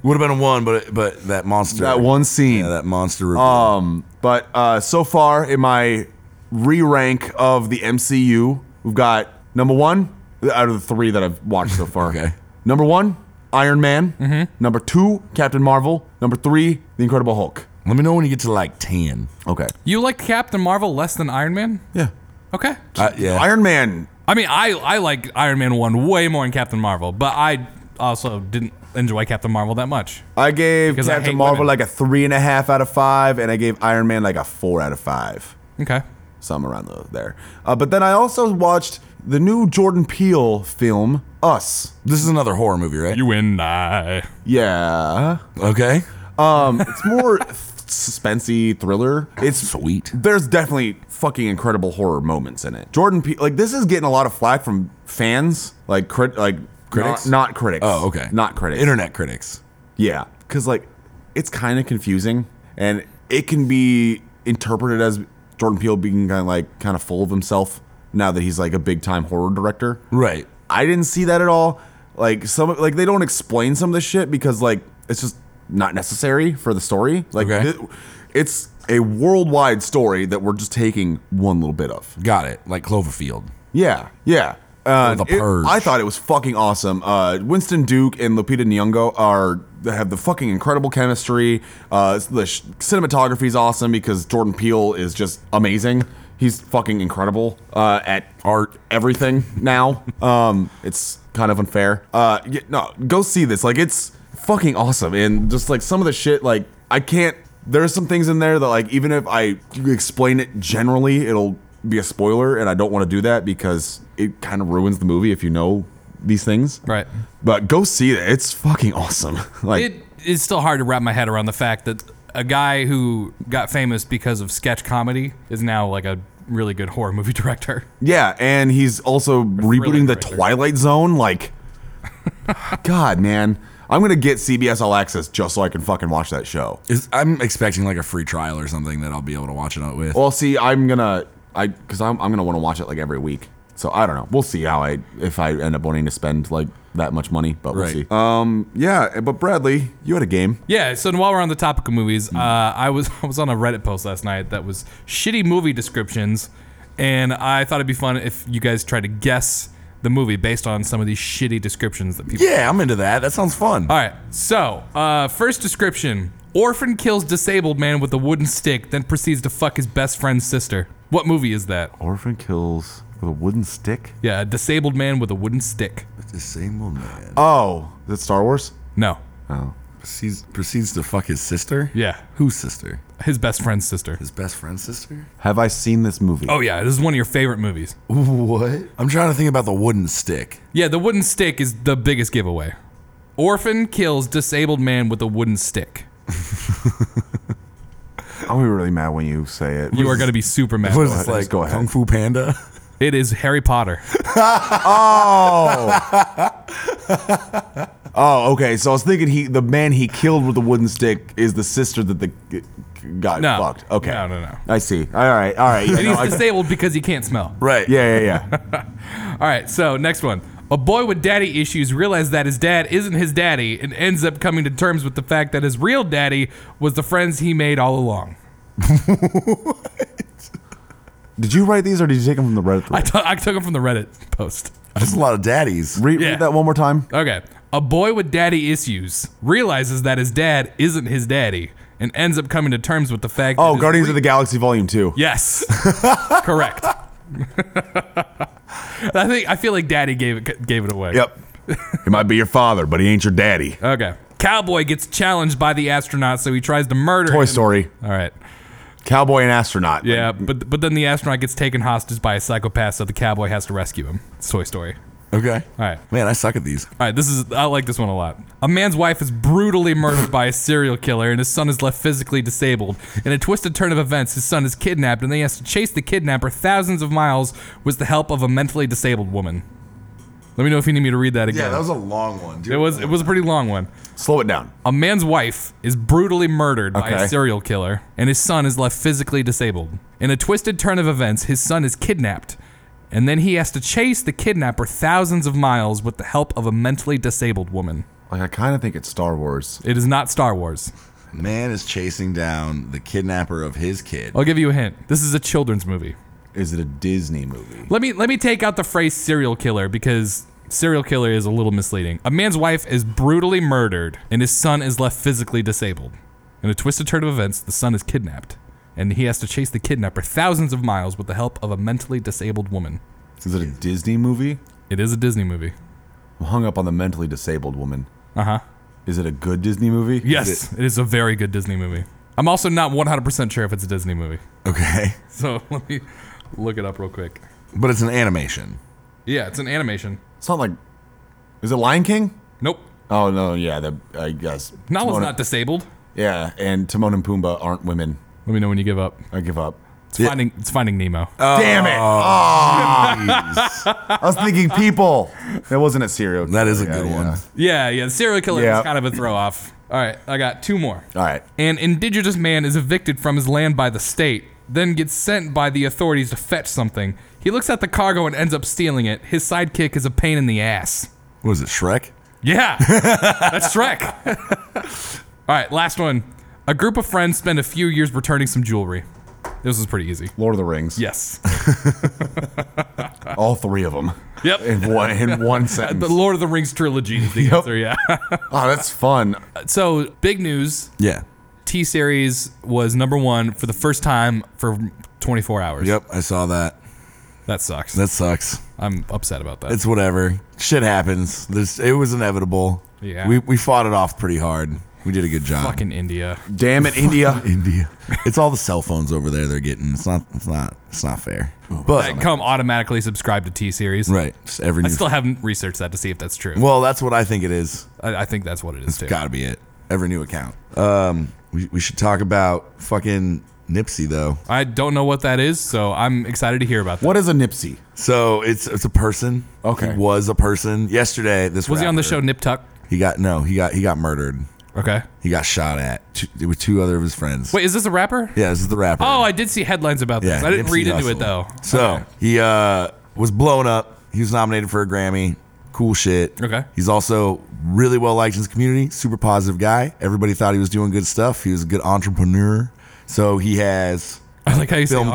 [SPEAKER 3] Would have been a one, but but that monster.
[SPEAKER 1] That one scene.
[SPEAKER 3] Yeah, that monster. reveal.
[SPEAKER 1] Um, but uh, so far in my re rank of the MCU, we've got number one uh, out of the three that I've watched so far.
[SPEAKER 3] Okay.
[SPEAKER 1] Number one, Iron Man. Number two, Captain Marvel. Number three, The Incredible Hulk.
[SPEAKER 3] Let me know when you get to like ten.
[SPEAKER 1] Okay.
[SPEAKER 2] You liked Captain Marvel less than Iron Man?
[SPEAKER 1] Yeah.
[SPEAKER 2] Okay.
[SPEAKER 3] Uh, yeah.
[SPEAKER 1] Iron Man.
[SPEAKER 2] I mean, I I like Iron Man one way more than Captain Marvel, but I also didn't enjoy Captain Marvel that much.
[SPEAKER 1] I gave
[SPEAKER 2] Because I
[SPEAKER 1] Captain
[SPEAKER 2] hate
[SPEAKER 1] Marvel
[SPEAKER 2] women.
[SPEAKER 1] like a three and a half out of five, and I gave Iron Man like a four out of five.
[SPEAKER 2] Okay.
[SPEAKER 1] Some around the, there. Uh, but then I also watched the new Jordan Peele film, Us.
[SPEAKER 3] this is another horror movie, right?
[SPEAKER 2] You and I.
[SPEAKER 1] Yeah.
[SPEAKER 3] okay.
[SPEAKER 1] Um, it's more th- suspensey thriller. It's
[SPEAKER 3] Sweet.
[SPEAKER 1] There's definitely fucking incredible horror moments in it. Jordan Peele, like this is getting a lot of flack from fans, like crit, like
[SPEAKER 3] Critics?
[SPEAKER 1] not, not critics.
[SPEAKER 3] Oh, okay.
[SPEAKER 1] not critics.
[SPEAKER 3] Internet critics.
[SPEAKER 1] Yeah, because like it's kind of confusing, and it can be interpreted as Jordan Peele being kind of like kind of full of himself now that he's like a big time horror director.
[SPEAKER 3] Right.
[SPEAKER 1] I didn't see that at all. Like some like they don't explain some of this shit because like it's just not necessary for the story. Like
[SPEAKER 3] Okay.
[SPEAKER 1] thi- it's a worldwide story that we're just taking one little bit of.
[SPEAKER 3] Got it. Like Cloverfield.
[SPEAKER 1] Yeah, yeah. Uh,
[SPEAKER 3] The
[SPEAKER 1] it-
[SPEAKER 3] Purge.
[SPEAKER 1] I thought it was fucking awesome. Uh, Winston Duke and Lupita Nyong'o are they have the fucking incredible chemistry. Uh, the sh- cinematography is awesome because Jordan Peele is just amazing. He's fucking incredible uh, at art, everything now. Um, it's kind of unfair. Uh, yeah, no, go see this. Like it's fucking awesome, and just like some of the shit, like I can't. There's some things in there that like even if I explain it generally, it'll be a spoiler, and I don't want to do that because it kind of ruins the movie if you know these things.
[SPEAKER 2] Right.
[SPEAKER 1] But go see it. It's fucking awesome. like,
[SPEAKER 2] It is still hard to wrap my head around the fact that a guy who got famous because of sketch comedy is now like a really good horror movie director.
[SPEAKER 1] yeah, and he's also rebooting the
[SPEAKER 2] right there.
[SPEAKER 1] Twilight Zone. Like, God, man, I'm gonna get CBS All Access just so I can fucking watch that show.
[SPEAKER 3] Is, I'm expecting like a free trial or something that I'll be able to watch it out with.
[SPEAKER 1] Well, see, I'm gonna, I, cause I'm, I'm gonna want to watch it like every week. So I don't know. We'll see how I, if I end up wanting to spend like that much money, but we'll
[SPEAKER 3] Right.
[SPEAKER 1] see. Um, yeah, but Bradley, you had a game.
[SPEAKER 2] Yeah. So while we're on the topic of movies, uh, I was I was on a Reddit post last night that was shitty movie descriptions, and I thought it'd be fun if you guys tried to guess the movie based on some of these shitty descriptions that people.
[SPEAKER 3] yeah, I'm into that. That sounds fun.
[SPEAKER 2] All right. So uh, first description: orphan kills disabled man with a wooden stick, then proceeds to fuck his best friend's sister. What movie is that?
[SPEAKER 1] Orphan kills with a wooden stick.
[SPEAKER 2] Yeah, a disabled man with a wooden stick.
[SPEAKER 3] Disabled man
[SPEAKER 1] Oh, is it Star Wars?
[SPEAKER 2] No.
[SPEAKER 1] Oh.
[SPEAKER 3] proceeds, proceeds to fuck his sister.
[SPEAKER 2] Yeah,
[SPEAKER 3] Whose sister?
[SPEAKER 2] his best friend's sister.
[SPEAKER 3] His best friend's sister?
[SPEAKER 1] Have I seen this movie?
[SPEAKER 2] Oh yeah, this is one of your favorite movies.
[SPEAKER 3] What? I'm trying to think about the wooden stick.
[SPEAKER 2] Yeah, the wooden stick is the biggest giveaway. Orphan kills disabled man with a wooden stick.
[SPEAKER 1] I'll be really mad when you say it.
[SPEAKER 2] You are going to be super mad.
[SPEAKER 3] What is
[SPEAKER 2] about
[SPEAKER 3] this
[SPEAKER 1] ahead,
[SPEAKER 3] like?
[SPEAKER 1] just go ahead.
[SPEAKER 3] Kung Fu Panda?
[SPEAKER 2] it. it is Harry Potter.
[SPEAKER 1] Oh. oh, okay. So I was thinking he, the man he killed with the wooden stick, is the sister that the got
[SPEAKER 2] No.
[SPEAKER 1] fucked. Okay.
[SPEAKER 2] No, no, no.
[SPEAKER 1] I see. All right. All right. Yeah,
[SPEAKER 2] And
[SPEAKER 1] no,
[SPEAKER 2] he's
[SPEAKER 1] I-
[SPEAKER 2] disabled because he can't smell.
[SPEAKER 3] right.
[SPEAKER 1] yeah, yeah, yeah.
[SPEAKER 2] All right, so next one. A boy with daddy issues realized that his dad isn't his daddy and ends up coming to terms with the fact that his real daddy was the friends he made all along.
[SPEAKER 1] Did you write these or did you take them from the Reddit?
[SPEAKER 2] I
[SPEAKER 1] thread?
[SPEAKER 2] took- I took him from the Reddit post.
[SPEAKER 3] There's a lot of daddies.
[SPEAKER 1] Read,
[SPEAKER 2] yeah.
[SPEAKER 1] read that one more time.
[SPEAKER 2] Okay. A boy with daddy issues realizes that his dad isn't his daddy and ends up coming to terms with the fact that
[SPEAKER 1] Oh,
[SPEAKER 2] his
[SPEAKER 1] Guardians of the Galaxy Volume Two.
[SPEAKER 2] Yes. Correct. I think I feel like Daddy gave it gave it away.
[SPEAKER 1] Yep. he might be your father, but he ain't your daddy.
[SPEAKER 2] Okay. Cowboy gets challenged by the astronaut, so he tries to murder.
[SPEAKER 1] Toy
[SPEAKER 2] him.
[SPEAKER 1] Story.
[SPEAKER 2] All right.
[SPEAKER 1] Cowboy and astronaut.
[SPEAKER 2] Yeah, but but then the astronaut gets taken hostage by a psychopath, so the cowboy has to rescue him. It's Toy Story.
[SPEAKER 3] Okay.
[SPEAKER 2] All right.
[SPEAKER 3] Man, I suck at these.
[SPEAKER 2] All right, this is I like this one a lot. A man's wife is brutally murdered by a serial killer, and his son is left physically disabled. In a twisted turn of events, his son is kidnapped, and then he has to chase the kidnapper thousands of miles with the help of a mentally disabled woman. Let me know if you need me to read that again.
[SPEAKER 3] a long one.
[SPEAKER 2] it was it was a pretty long one.
[SPEAKER 1] Slow it down.
[SPEAKER 2] A man's wife is brutally murdered by
[SPEAKER 1] Okay.
[SPEAKER 2] a serial killer, and his son is left physically disabled. In a twisted turn of events, his son is kidnapped, and then he has to chase the kidnapper thousands of miles with the help of a mentally disabled woman.
[SPEAKER 1] Like I kind of think it's Star Wars.
[SPEAKER 2] It is not Star Wars.
[SPEAKER 3] Man is chasing down the kidnapper of his kid.
[SPEAKER 2] I'll give you a hint. This is a children's movie.
[SPEAKER 1] Is it a Disney movie?
[SPEAKER 2] Let me let me take out the phrase serial killer because serial killer is a little misleading. A man's wife is brutally murdered and his son is left physically disabled. In a twisted turn of events, the son is kidnapped and he has to chase the kidnapper thousands of miles with the help of a mentally disabled woman.
[SPEAKER 1] Is it a Disney movie?
[SPEAKER 2] It is a Disney movie.
[SPEAKER 1] I'm hung up on the mentally disabled woman.
[SPEAKER 2] Uh-huh.
[SPEAKER 1] Is it a good Disney movie?
[SPEAKER 2] Yes, it is a very good Disney movie. I'm also not 100% sure if it's a Disney movie.
[SPEAKER 3] Okay.
[SPEAKER 2] So, let me look it up real quick.
[SPEAKER 3] But it's an animation.
[SPEAKER 2] Yeah, it's an animation.
[SPEAKER 1] It's not like. Is it Lion King?
[SPEAKER 2] Nope.
[SPEAKER 1] Oh no, yeah, the, I guess.
[SPEAKER 2] Nala's
[SPEAKER 1] Timon-
[SPEAKER 2] not disabled.
[SPEAKER 1] Yeah, and Timon and Pumbaa aren't women.
[SPEAKER 2] Let me know when you give up.
[SPEAKER 1] I give up.
[SPEAKER 2] It's Oh. finding it's finding Nemo.
[SPEAKER 1] Damn it! Ah, I was thinking people. That wasn't a serial.
[SPEAKER 3] That is a
[SPEAKER 1] killer,
[SPEAKER 3] good
[SPEAKER 1] yeah,
[SPEAKER 3] one.
[SPEAKER 1] yeah.
[SPEAKER 2] yeah, yeah. Serial killer
[SPEAKER 1] Yeah.
[SPEAKER 2] is kind of a throw off. All right, I got two more.
[SPEAKER 1] All right.
[SPEAKER 2] An indigenous man is evicted from his land by the state, then gets sent by the authorities to fetch something. He looks at the cargo and ends up stealing it. His sidekick is a pain in the ass.
[SPEAKER 3] What is it, Shrek?
[SPEAKER 2] Yeah, that's Shrek. All right, last one. A group of friends spend a few years returning some jewelry. This is pretty easy.
[SPEAKER 1] Lord of the Rings.
[SPEAKER 2] Yes.
[SPEAKER 1] All three of them
[SPEAKER 2] Yep.
[SPEAKER 1] in one in one
[SPEAKER 2] The
[SPEAKER 1] sentence.
[SPEAKER 2] Lord of the Rings trilogy is the answer, yeah.
[SPEAKER 1] Oh, that's fun.
[SPEAKER 2] so, big news
[SPEAKER 3] Yeah.
[SPEAKER 2] T Series was number one for the first time for 24 hours.
[SPEAKER 3] Yep, I saw that.
[SPEAKER 2] That sucks.
[SPEAKER 3] That sucks.
[SPEAKER 2] I'm upset about that.
[SPEAKER 3] It's whatever. Shit happens. This it was inevitable.
[SPEAKER 2] Yeah.
[SPEAKER 3] We we fought it off pretty hard. We did a good job.
[SPEAKER 2] Fucking India.
[SPEAKER 1] Damn it, India.
[SPEAKER 3] India. It's all the cell phones over there they're getting. It's not it's not it's not fair. But
[SPEAKER 2] That come automatically subscribe to T Series.
[SPEAKER 3] right, just every
[SPEAKER 2] I
[SPEAKER 3] new
[SPEAKER 2] still haven't researched that to see if that's true.
[SPEAKER 3] Well, that's what I think it is.
[SPEAKER 2] I, I think that's what it is too.
[SPEAKER 3] Got to be it. Every new account. Um we, we should talk about fucking Nipsey though.
[SPEAKER 2] I don't know what that is, so I'm excited to hear about that.
[SPEAKER 1] What is a Nipsey?
[SPEAKER 3] So it's it's a person.
[SPEAKER 1] Okay.
[SPEAKER 3] He was a person. Yesterday this
[SPEAKER 2] Was he on the
[SPEAKER 3] rapper-
[SPEAKER 2] show Nip Tuck?
[SPEAKER 3] He got no, he got he got murdered.
[SPEAKER 2] Okay.
[SPEAKER 3] He got shot at two, with two other of his friends.
[SPEAKER 2] Wait, is this a rapper?
[SPEAKER 3] Yeah, this is the rapper.
[SPEAKER 2] Oh, I did see headlines about this. I didn't
[SPEAKER 3] Nipsey
[SPEAKER 2] read into
[SPEAKER 3] Hussle.
[SPEAKER 2] it though.
[SPEAKER 3] So he uh, was blown up. He was nominated for a Grammy. Cool shit.
[SPEAKER 2] Okay.
[SPEAKER 3] He's also really well liked in his community. Super positive guy. Everybody thought he was doing good stuff. He was a good entrepreneur. So he has
[SPEAKER 2] I like how you say
[SPEAKER 3] film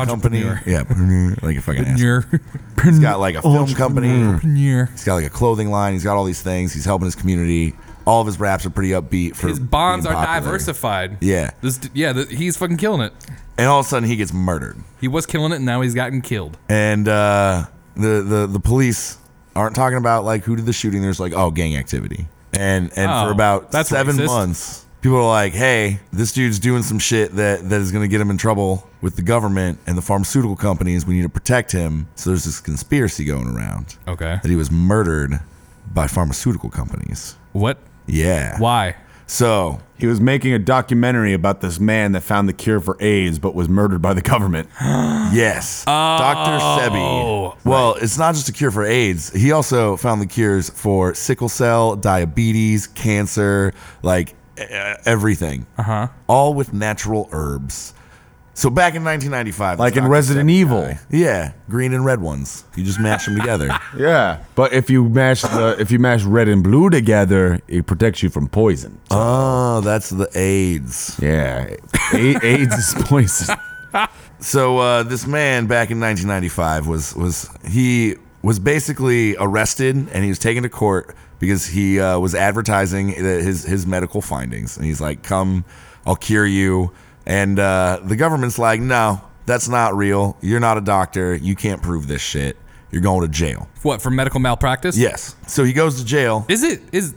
[SPEAKER 3] company.
[SPEAKER 2] entrepreneur.
[SPEAKER 3] Yeah, like a fucking ass.
[SPEAKER 2] Entrepreneur.
[SPEAKER 3] He's got like a film Mm. company.
[SPEAKER 2] Entrepreneur.
[SPEAKER 3] He's got like a clothing line. He's got all these things. He's helping his community. All of his raps are pretty upbeat. For
[SPEAKER 2] His bonds
[SPEAKER 3] being
[SPEAKER 2] are
[SPEAKER 3] popular.
[SPEAKER 2] diversified.
[SPEAKER 3] Yeah,
[SPEAKER 2] This, d- yeah, th- he's fucking killing it.
[SPEAKER 3] and all of a sudden he gets murdered.
[SPEAKER 2] He was killing it, and now he's gotten killed.
[SPEAKER 3] and uh, the the the police aren't talking about like who did the shooting. There's like oh gang activity, and and
[SPEAKER 2] Oh,
[SPEAKER 3] for about
[SPEAKER 2] that's
[SPEAKER 3] seven
[SPEAKER 2] racist.
[SPEAKER 3] months, people are like, hey, this dude's doing some shit that that is gonna get him in trouble with the government and the pharmaceutical companies. We need to protect him. So there's this conspiracy going around
[SPEAKER 2] Okay.
[SPEAKER 3] that he was murdered by pharmaceutical companies.
[SPEAKER 2] What?
[SPEAKER 3] Yeah.
[SPEAKER 2] Why?
[SPEAKER 3] So
[SPEAKER 1] He was making a documentary about this man that found the cure for AIDS but was murdered by the government.
[SPEAKER 3] Yes. Dr.
[SPEAKER 1] Oh,
[SPEAKER 3] Sebi. Well, it's not just a cure for AIDS. He also found the cures for sickle cell, diabetes, cancer, like e- everything. Uh
[SPEAKER 1] Uh-huh.
[SPEAKER 3] huh. All with natural herbs. So back in 1995,
[SPEAKER 1] Like
[SPEAKER 3] this
[SPEAKER 1] in
[SPEAKER 3] Dr.
[SPEAKER 1] Resident
[SPEAKER 3] Sebi
[SPEAKER 1] Evil.
[SPEAKER 3] guy- Yeah, green and red ones. You just mash them together.
[SPEAKER 1] Yeah, but if you mash the if you mash red and blue together, it protects you from poison.
[SPEAKER 3] Oh, that's the AIDS.
[SPEAKER 1] Yeah, A- AIDS is poison.
[SPEAKER 3] So uh, this man back in 1995 was was he was basically arrested and he was taken to court because he uh, was advertising that his his medical findings and he's like, "Come, I'll cure you." And uh, the government's like, "No, that's not real. You're not a doctor. You can't prove this shit." you're going to jail.
[SPEAKER 2] What for medical malpractice?
[SPEAKER 3] Yes. So he goes to jail.
[SPEAKER 2] Is it is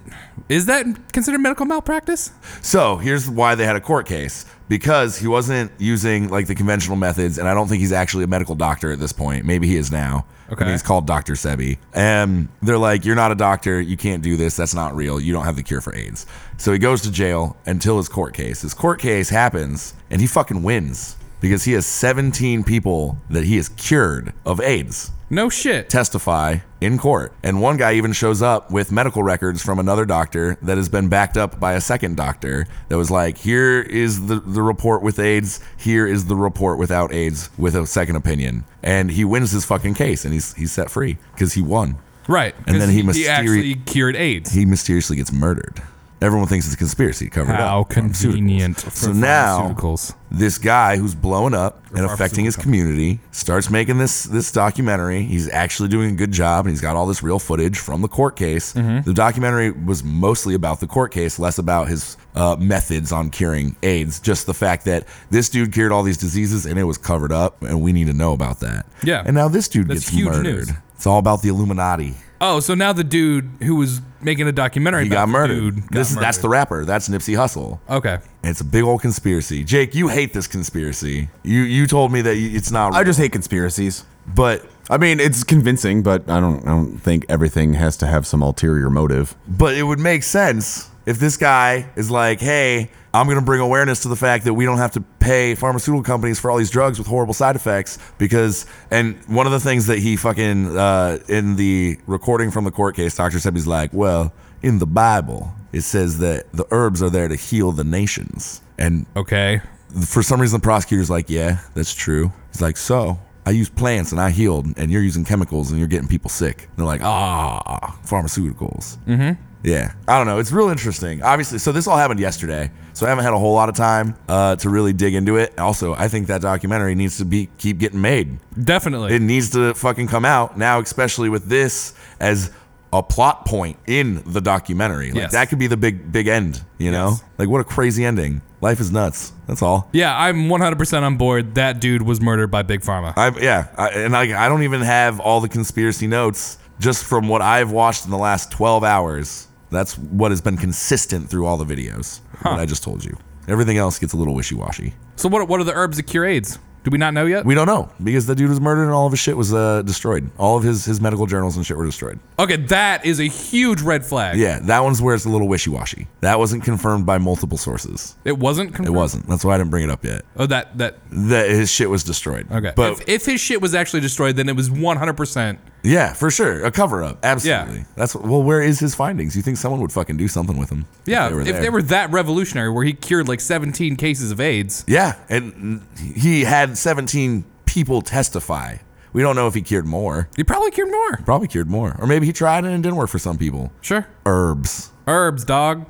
[SPEAKER 2] is that considered medical malpractice?
[SPEAKER 3] So here's why they had a court case because he wasn't using like the conventional methods, and I don't think he's actually a medical doctor at this point. Maybe he is now.
[SPEAKER 2] Okay.
[SPEAKER 3] And he's called Dr. Sebi. And they're like, You're not a doctor. You can't do this. That's not real. You don't have the cure for AIDS. So he goes to jail until his court case. His court case happens, and he fucking wins because he has 17 people that he has cured of AIDS
[SPEAKER 2] No shit.
[SPEAKER 3] testify in court. And one guy even shows up with medical records from another doctor that has been backed up by a second doctor that was like, here is the, the report with AIDS, here is the report without AIDS with a second opinion. And he wins his fucking case and he's he's set free because he won.
[SPEAKER 2] Right.
[SPEAKER 3] And then he
[SPEAKER 2] must
[SPEAKER 3] mysteri-
[SPEAKER 2] actually cured AIDS.
[SPEAKER 3] He mysteriously gets murdered. Everyone thinks it's a conspiracy to cover it up.
[SPEAKER 2] How convenient for
[SPEAKER 3] So now
[SPEAKER 2] pharmaceuticals.
[SPEAKER 3] this guy who's blowing up and affecting his
[SPEAKER 2] pharmaceutical
[SPEAKER 3] community starts making this this documentary. He's actually doing a good job, and he's got all this real footage from the court case.
[SPEAKER 2] Mm-hmm.
[SPEAKER 3] The documentary was mostly about the court case, less about his uh, methods on curing AIDS. Just the fact that this dude cured all these diseases and it was covered up, and we need to know about that.
[SPEAKER 2] Yeah.
[SPEAKER 3] and now this dude
[SPEAKER 2] That's
[SPEAKER 3] gets
[SPEAKER 2] huge
[SPEAKER 3] murdered.
[SPEAKER 2] news.
[SPEAKER 3] It's all about the Illuminati.
[SPEAKER 2] Oh, so now the dude who was making a documentary
[SPEAKER 3] He
[SPEAKER 2] about
[SPEAKER 3] got
[SPEAKER 2] the
[SPEAKER 3] murdered.
[SPEAKER 2] dude got
[SPEAKER 3] this is that's the
[SPEAKER 2] murdered. Uh,
[SPEAKER 3] rapper. That's Nipsey Hussle.
[SPEAKER 2] Okay.
[SPEAKER 3] And it's a big old conspiracy. Jake, you hate this conspiracy. You you told me that you- it's not. Real.
[SPEAKER 1] I just hate conspiracies.
[SPEAKER 3] But
[SPEAKER 1] I mean, it's convincing, but I don't. I don't think everything has to have some ulterior motive.
[SPEAKER 3] but it would make sense if this guy is like, "Hey, I'm going to bring awareness to the fact that we don't have to pay pharmaceutical companies for all these drugs with horrible side effects because and one of the things that he fucking uh, in the recording from the court case, Dr. Sebi's like, "Well, in the Bible, it says that the herbs are there to heal the nations." And
[SPEAKER 2] Okay.
[SPEAKER 3] for some reason, the prosecutor's like, "Yeah, that's true." He's like, "So I use plants and I healed, and you're using chemicals and you're getting people sick." And they're like, "Ah, pharmaceuticals." Mm-hmm. Yeah, I don't know. It's real interesting. Obviously, so this all happened yesterday, so I haven't had a whole lot of time uh, to really dig into it. Also, I think that documentary needs to be keep getting made.
[SPEAKER 2] Definitely.
[SPEAKER 3] It needs to fucking come out now, especially with this as a plot point in the documentary. Like
[SPEAKER 2] Yes.
[SPEAKER 3] that could be the big big end. You know, like what a crazy ending. Life is nuts. That's all.
[SPEAKER 2] yeah, I'm 100% on board. That dude was murdered by Big Pharma.
[SPEAKER 3] I yeah, I, and I I don't even have all the conspiracy notes just from what I've watched in the last 12 hours. That's what has been consistent through all the videos. What I just told you. Everything else gets a little wishy-washy.
[SPEAKER 2] So what what are the herbs that cure AIDS? Do we not know yet?
[SPEAKER 3] We don't know because the dude was murdered and all of his shit was uh, destroyed. All of his his medical journals and shit were destroyed.
[SPEAKER 2] okay, that is a huge red flag.
[SPEAKER 3] Yeah, that one's where it's a little wishy-washy. That wasn't confirmed by multiple sources.
[SPEAKER 2] It wasn't
[SPEAKER 3] It
[SPEAKER 2] confirmed.
[SPEAKER 3] wasn't. That's why I didn't bring it up yet.
[SPEAKER 2] Oh, that that
[SPEAKER 3] That his shit was destroyed.
[SPEAKER 2] okay.
[SPEAKER 3] but
[SPEAKER 2] if, if his shit was actually destroyed, then it was 100%.
[SPEAKER 3] yeah, for sure, a cover-up. Absolutely. That's well. Where is his findings? You think someone would fucking do something with him?
[SPEAKER 2] Yeah, if they were that revolutionary, where he cured like 17 cases of AIDS.
[SPEAKER 3] Yeah, and he had 17 people testify. We don't know if he cured more.
[SPEAKER 2] He probably cured more.
[SPEAKER 3] Probably cured more, or maybe he tried it and it didn't work for some people.
[SPEAKER 2] Sure.
[SPEAKER 3] Herbs
[SPEAKER 2] Herbs, dog.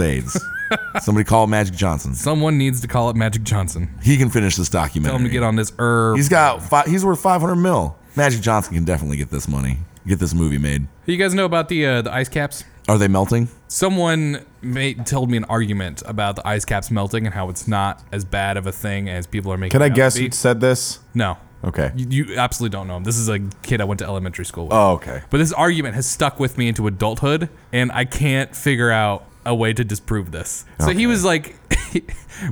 [SPEAKER 3] AIDS. Somebody call Magic Johnson.
[SPEAKER 2] Someone needs to call up Magic Johnson.
[SPEAKER 3] He can finish this documentary.
[SPEAKER 2] Tell him to get on this herb.
[SPEAKER 3] He's got fi- he's worth 500 mil. Magic Johnson can definitely get this money. Get this movie made.
[SPEAKER 2] you guys know about the uh, the ice caps?
[SPEAKER 3] Are they melting?
[SPEAKER 2] Someone made, told me an argument about the ice caps melting and how it's not as bad of a thing as people are making.
[SPEAKER 1] Can I
[SPEAKER 2] it out to
[SPEAKER 1] guess
[SPEAKER 2] be.
[SPEAKER 1] who said this?
[SPEAKER 2] No.
[SPEAKER 1] Okay.
[SPEAKER 2] You, you absolutely don't know him. This is a kid I went to elementary school with.
[SPEAKER 1] Oh, okay.
[SPEAKER 2] But this argument has stuck with me into adulthood, and I can't figure out a way to disprove this. So he was like,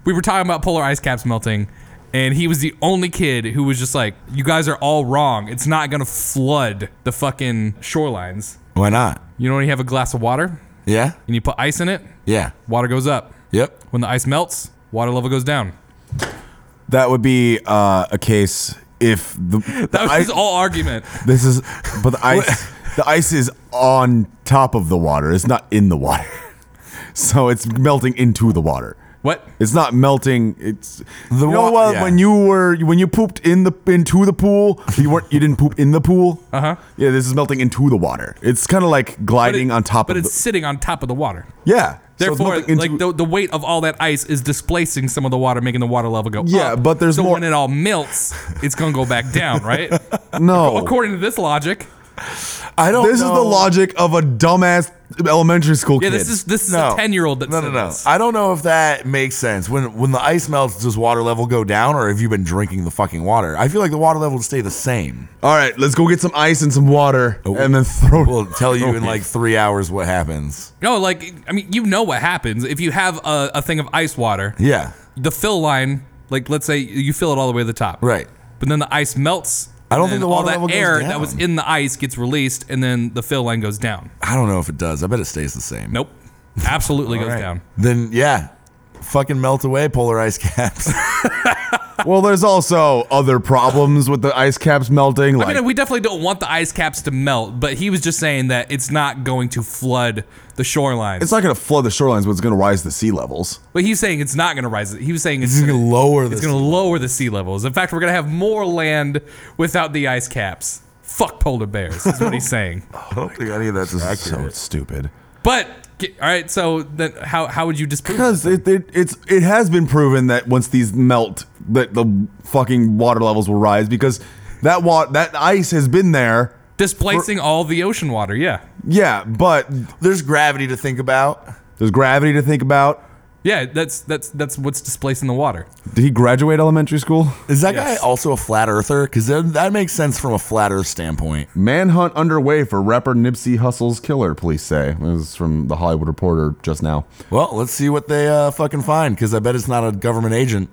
[SPEAKER 2] we were talking about polar ice caps melting, and he was the only kid who was just like, you guys are all wrong. It's not going to flood the fucking shorelines.
[SPEAKER 3] Why not?
[SPEAKER 2] You know when you have a glass of water
[SPEAKER 3] Yeah.
[SPEAKER 2] and you put ice in it,
[SPEAKER 3] Yeah.
[SPEAKER 2] water goes up.
[SPEAKER 3] Yep.
[SPEAKER 2] When the ice melts, water level goes down.
[SPEAKER 1] That would be uh, a case if the, the
[SPEAKER 2] That was
[SPEAKER 1] ice,
[SPEAKER 2] his all argument.
[SPEAKER 1] this is, but the ice, the ice is on top of the water. It's not in the water, so it's melting into the water.
[SPEAKER 2] What?
[SPEAKER 1] It's not melting. It's
[SPEAKER 3] The
[SPEAKER 1] you know
[SPEAKER 3] wa-
[SPEAKER 1] what?
[SPEAKER 3] yeah.
[SPEAKER 1] When you were when you pooped in the into the pool, you weren't you didn't poop in the pool. Uh huh. Yeah, this is melting into the water. It's kind of like
[SPEAKER 2] Uh-huh. But it-
[SPEAKER 1] gliding on top
[SPEAKER 2] But
[SPEAKER 1] of
[SPEAKER 2] it's
[SPEAKER 1] the
[SPEAKER 2] sitting on top of the water.
[SPEAKER 1] yeah. So it's
[SPEAKER 2] Therefore,
[SPEAKER 1] melting into-
[SPEAKER 2] like the, the weight of all that ice is displacing some of the water, making the water level go
[SPEAKER 1] Yeah,
[SPEAKER 2] up.
[SPEAKER 1] but there's
[SPEAKER 2] so
[SPEAKER 1] more-
[SPEAKER 2] when it all melts, it's gonna go back down, right?
[SPEAKER 1] no.
[SPEAKER 2] Oh, According to this logic,
[SPEAKER 3] I don't.
[SPEAKER 1] This is the
[SPEAKER 3] know.
[SPEAKER 1] logic of a dumbass elementary school
[SPEAKER 2] Yeah,
[SPEAKER 1] kid.
[SPEAKER 2] this is this is a ten year old that
[SPEAKER 3] no,
[SPEAKER 2] said
[SPEAKER 3] no, no.
[SPEAKER 2] this.
[SPEAKER 3] I don't know if that makes sense. When when the ice melts, does water level go down, or have you been drinking the fucking water? I feel like the water level would stay the same.
[SPEAKER 1] All right, let's go get some ice and some water,
[SPEAKER 2] Oh,
[SPEAKER 1] and then throw.
[SPEAKER 3] We'll tell you in like three hours what happens.
[SPEAKER 2] No, like I mean, you know what happens if you have a, a thing of ice water.
[SPEAKER 3] Yeah,
[SPEAKER 2] The fill line, like let's say you fill it all the way to the top,
[SPEAKER 3] right.
[SPEAKER 2] But then the ice melts.
[SPEAKER 3] I don't
[SPEAKER 2] and
[SPEAKER 3] think
[SPEAKER 2] then
[SPEAKER 3] the
[SPEAKER 2] all
[SPEAKER 3] water
[SPEAKER 2] that
[SPEAKER 3] level goes
[SPEAKER 2] air
[SPEAKER 3] down.
[SPEAKER 2] that was in the ice gets released, and then the fill line goes down.
[SPEAKER 3] I don't know if it does. I bet it stays the same.
[SPEAKER 2] Nope, absolutely goes
[SPEAKER 3] All right.
[SPEAKER 2] down.
[SPEAKER 3] Then yeah, fucking melt away polar ice caps.
[SPEAKER 1] Well, there's also other problems with the ice caps melting.
[SPEAKER 2] I
[SPEAKER 1] Like,
[SPEAKER 2] mean, we definitely don't want the ice caps to melt, but he was just saying that it's not going to flood the shoreline.
[SPEAKER 1] it's not going to flood the shorelines, but it's going to rise the sea levels.
[SPEAKER 2] But he's saying it's not going to rise. He was saying it's
[SPEAKER 3] It's gonna lower
[SPEAKER 2] It's
[SPEAKER 3] this.
[SPEAKER 2] going to lower the sea levels. In fact, we're going to have more land without the ice caps. Fuck polar bears is what he's saying.
[SPEAKER 3] I don't think any of that's
[SPEAKER 1] So stupid.
[SPEAKER 2] But get- all right, so then how how would you disprove? it?
[SPEAKER 1] Because it, it it's it has been proven that once these melt, that the fucking water levels will rise because that wa- that ice has been there.
[SPEAKER 2] Displacing all the ocean water, yeah,
[SPEAKER 1] Yeah, but
[SPEAKER 3] There's gravity to think about.
[SPEAKER 1] there's gravity to think about.
[SPEAKER 2] yeah. That's that's that's what's displacing the water.
[SPEAKER 1] Did he graduate elementary school?
[SPEAKER 3] Is that
[SPEAKER 2] Yes.
[SPEAKER 3] guy also a flat earther? Because that makes sense from a flat earth standpoint.
[SPEAKER 1] Manhunt underway for rapper Nipsey Hussle's killer, police say. This is from the Hollywood Reporter just now.
[SPEAKER 3] Well, let's see what they uh, fucking find. Because I bet it's not a government agent.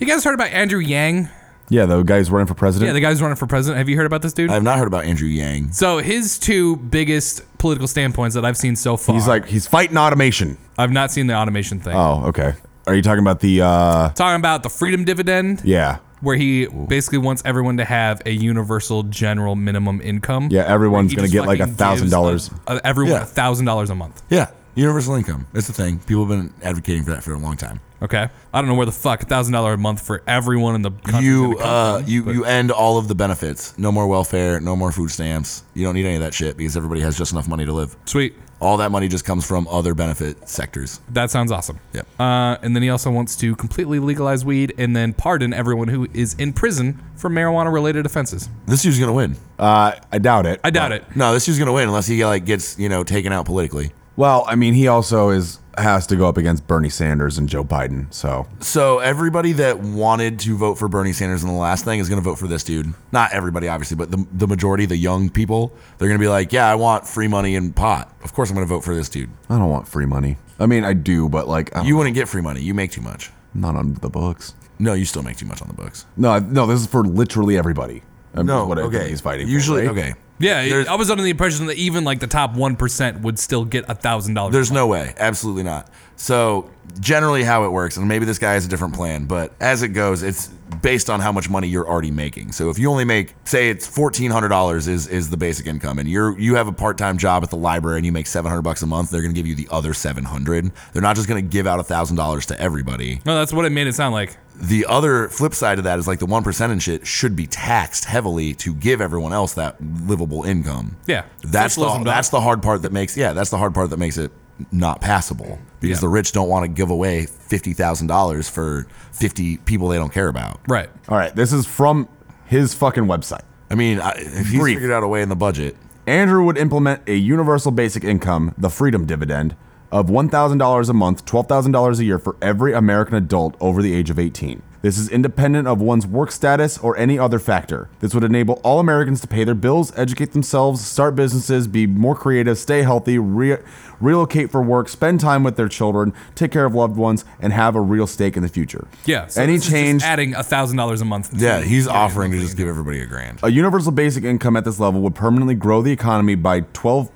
[SPEAKER 2] You guys heard about Andrew Yang?
[SPEAKER 1] Yeah, the guy's running for president.
[SPEAKER 2] Yeah, the guy who's running for president. Have you heard about this dude?
[SPEAKER 3] I have not heard about Andrew Yang.
[SPEAKER 2] so his two biggest political standpoints that I've seen so far.
[SPEAKER 1] he's like he's fighting automation.
[SPEAKER 2] I've not seen the automation thing.
[SPEAKER 1] Oh, okay. Are you talking about the uh
[SPEAKER 2] Talking about the freedom dividend.
[SPEAKER 1] yeah.
[SPEAKER 2] where he basically wants everyone to have a universal general minimum income.
[SPEAKER 1] Yeah, everyone's
[SPEAKER 2] He
[SPEAKER 1] gonna
[SPEAKER 2] just
[SPEAKER 1] get like a
[SPEAKER 2] fucking
[SPEAKER 1] thousand
[SPEAKER 2] gives,
[SPEAKER 1] dollars.
[SPEAKER 2] uh, Everyone
[SPEAKER 3] Yeah.
[SPEAKER 2] a thousand dollars a month.
[SPEAKER 3] Yeah, universal income. It's a thing. People have been advocating for that for a long time.
[SPEAKER 2] Okay, I don't know where the fuck a thousand dollar a month for everyone in the country.
[SPEAKER 3] You uh, you you end all of the benefits. No more welfare. No more food stamps. You don't need any of that shit because everybody has just enough money to live.
[SPEAKER 2] sweet.
[SPEAKER 3] All that money just comes from other benefit sectors.
[SPEAKER 2] That sounds awesome.
[SPEAKER 3] Yep.
[SPEAKER 2] Uh, and then he also wants to completely legalize weed and then pardon everyone who is in prison for marijuana related offenses.
[SPEAKER 3] This dude's gonna win.
[SPEAKER 1] Uh I doubt it.
[SPEAKER 2] I doubt it.
[SPEAKER 3] No, this dude's gonna win unless he like gets you know taken out politically.
[SPEAKER 1] Well, I mean, he also is has to go up against Bernie Sanders and Joe Biden. So
[SPEAKER 3] So everybody that wanted to vote for Bernie Sanders in the last thing is going to vote for this dude. Not everybody, obviously, but the, the majority, the young people, they're going to be like, "Yeah, I want free money and pot. Of course, I'm going to vote for this dude.
[SPEAKER 1] I don't want free money. I mean, I do, but like I'm
[SPEAKER 3] You wouldn't get free money. You make too much.
[SPEAKER 1] not on the books.
[SPEAKER 3] No, you still make too much on the books.
[SPEAKER 1] No, I- no, this is for literally everybody. I mean, what I think he's fighting. for,
[SPEAKER 3] Usually,
[SPEAKER 1] right?
[SPEAKER 3] okay.
[SPEAKER 2] Yeah,
[SPEAKER 3] There's-
[SPEAKER 2] I was under the impression that even like the top one percent would still get a thousand dollars.
[SPEAKER 3] There's no way. Absolutely not. So, generally, how it works, and maybe this guy has a different plan, but as it goes, it's based on how much money you're already making. So, if you only make, say, it's fourteen hundred dollars is is the basic income, and you're you have a part time job at the library and you make seven hundred bucks a month, they're going to give you the other seven hundred. They're not just going to give out thousand dollars to everybody.
[SPEAKER 2] no. That's what it made it sound like.
[SPEAKER 3] The other flip side of that is like the one percent and shit should be taxed heavily to give everyone else that livable income.
[SPEAKER 2] Yeah.
[SPEAKER 3] That's the,
[SPEAKER 2] Socialism, dog.
[SPEAKER 3] that's the hard part that makes yeah that's the hard part that makes it not passable because
[SPEAKER 2] Yeah.
[SPEAKER 3] the rich don't want to give away fifty thousand dollars for fifty people they don't care about.
[SPEAKER 2] Right.
[SPEAKER 1] All right, this is from his fucking website.
[SPEAKER 3] I mean, I, if he's
[SPEAKER 1] Brief.
[SPEAKER 3] figured out a way in the budget,
[SPEAKER 1] Andrew would implement a universal basic income, the freedom dividend, of $1,000 a month, $12,000 a year for every American adult over the age of 18. This is independent of one's work status or any other factor. This would enable all Americans to pay their bills, educate themselves, start businesses, be more creative, stay healthy, re- relocate for work, spend time with their children, take care of loved ones, and have a real stake in the future.
[SPEAKER 2] Yeah. so
[SPEAKER 1] Any
[SPEAKER 2] this is just
[SPEAKER 1] change
[SPEAKER 2] adding a thousand dollars a month. to-
[SPEAKER 3] yeah, he's offering to just give everybody a grand.
[SPEAKER 1] A universal basic income at this level would permanently grow the economy by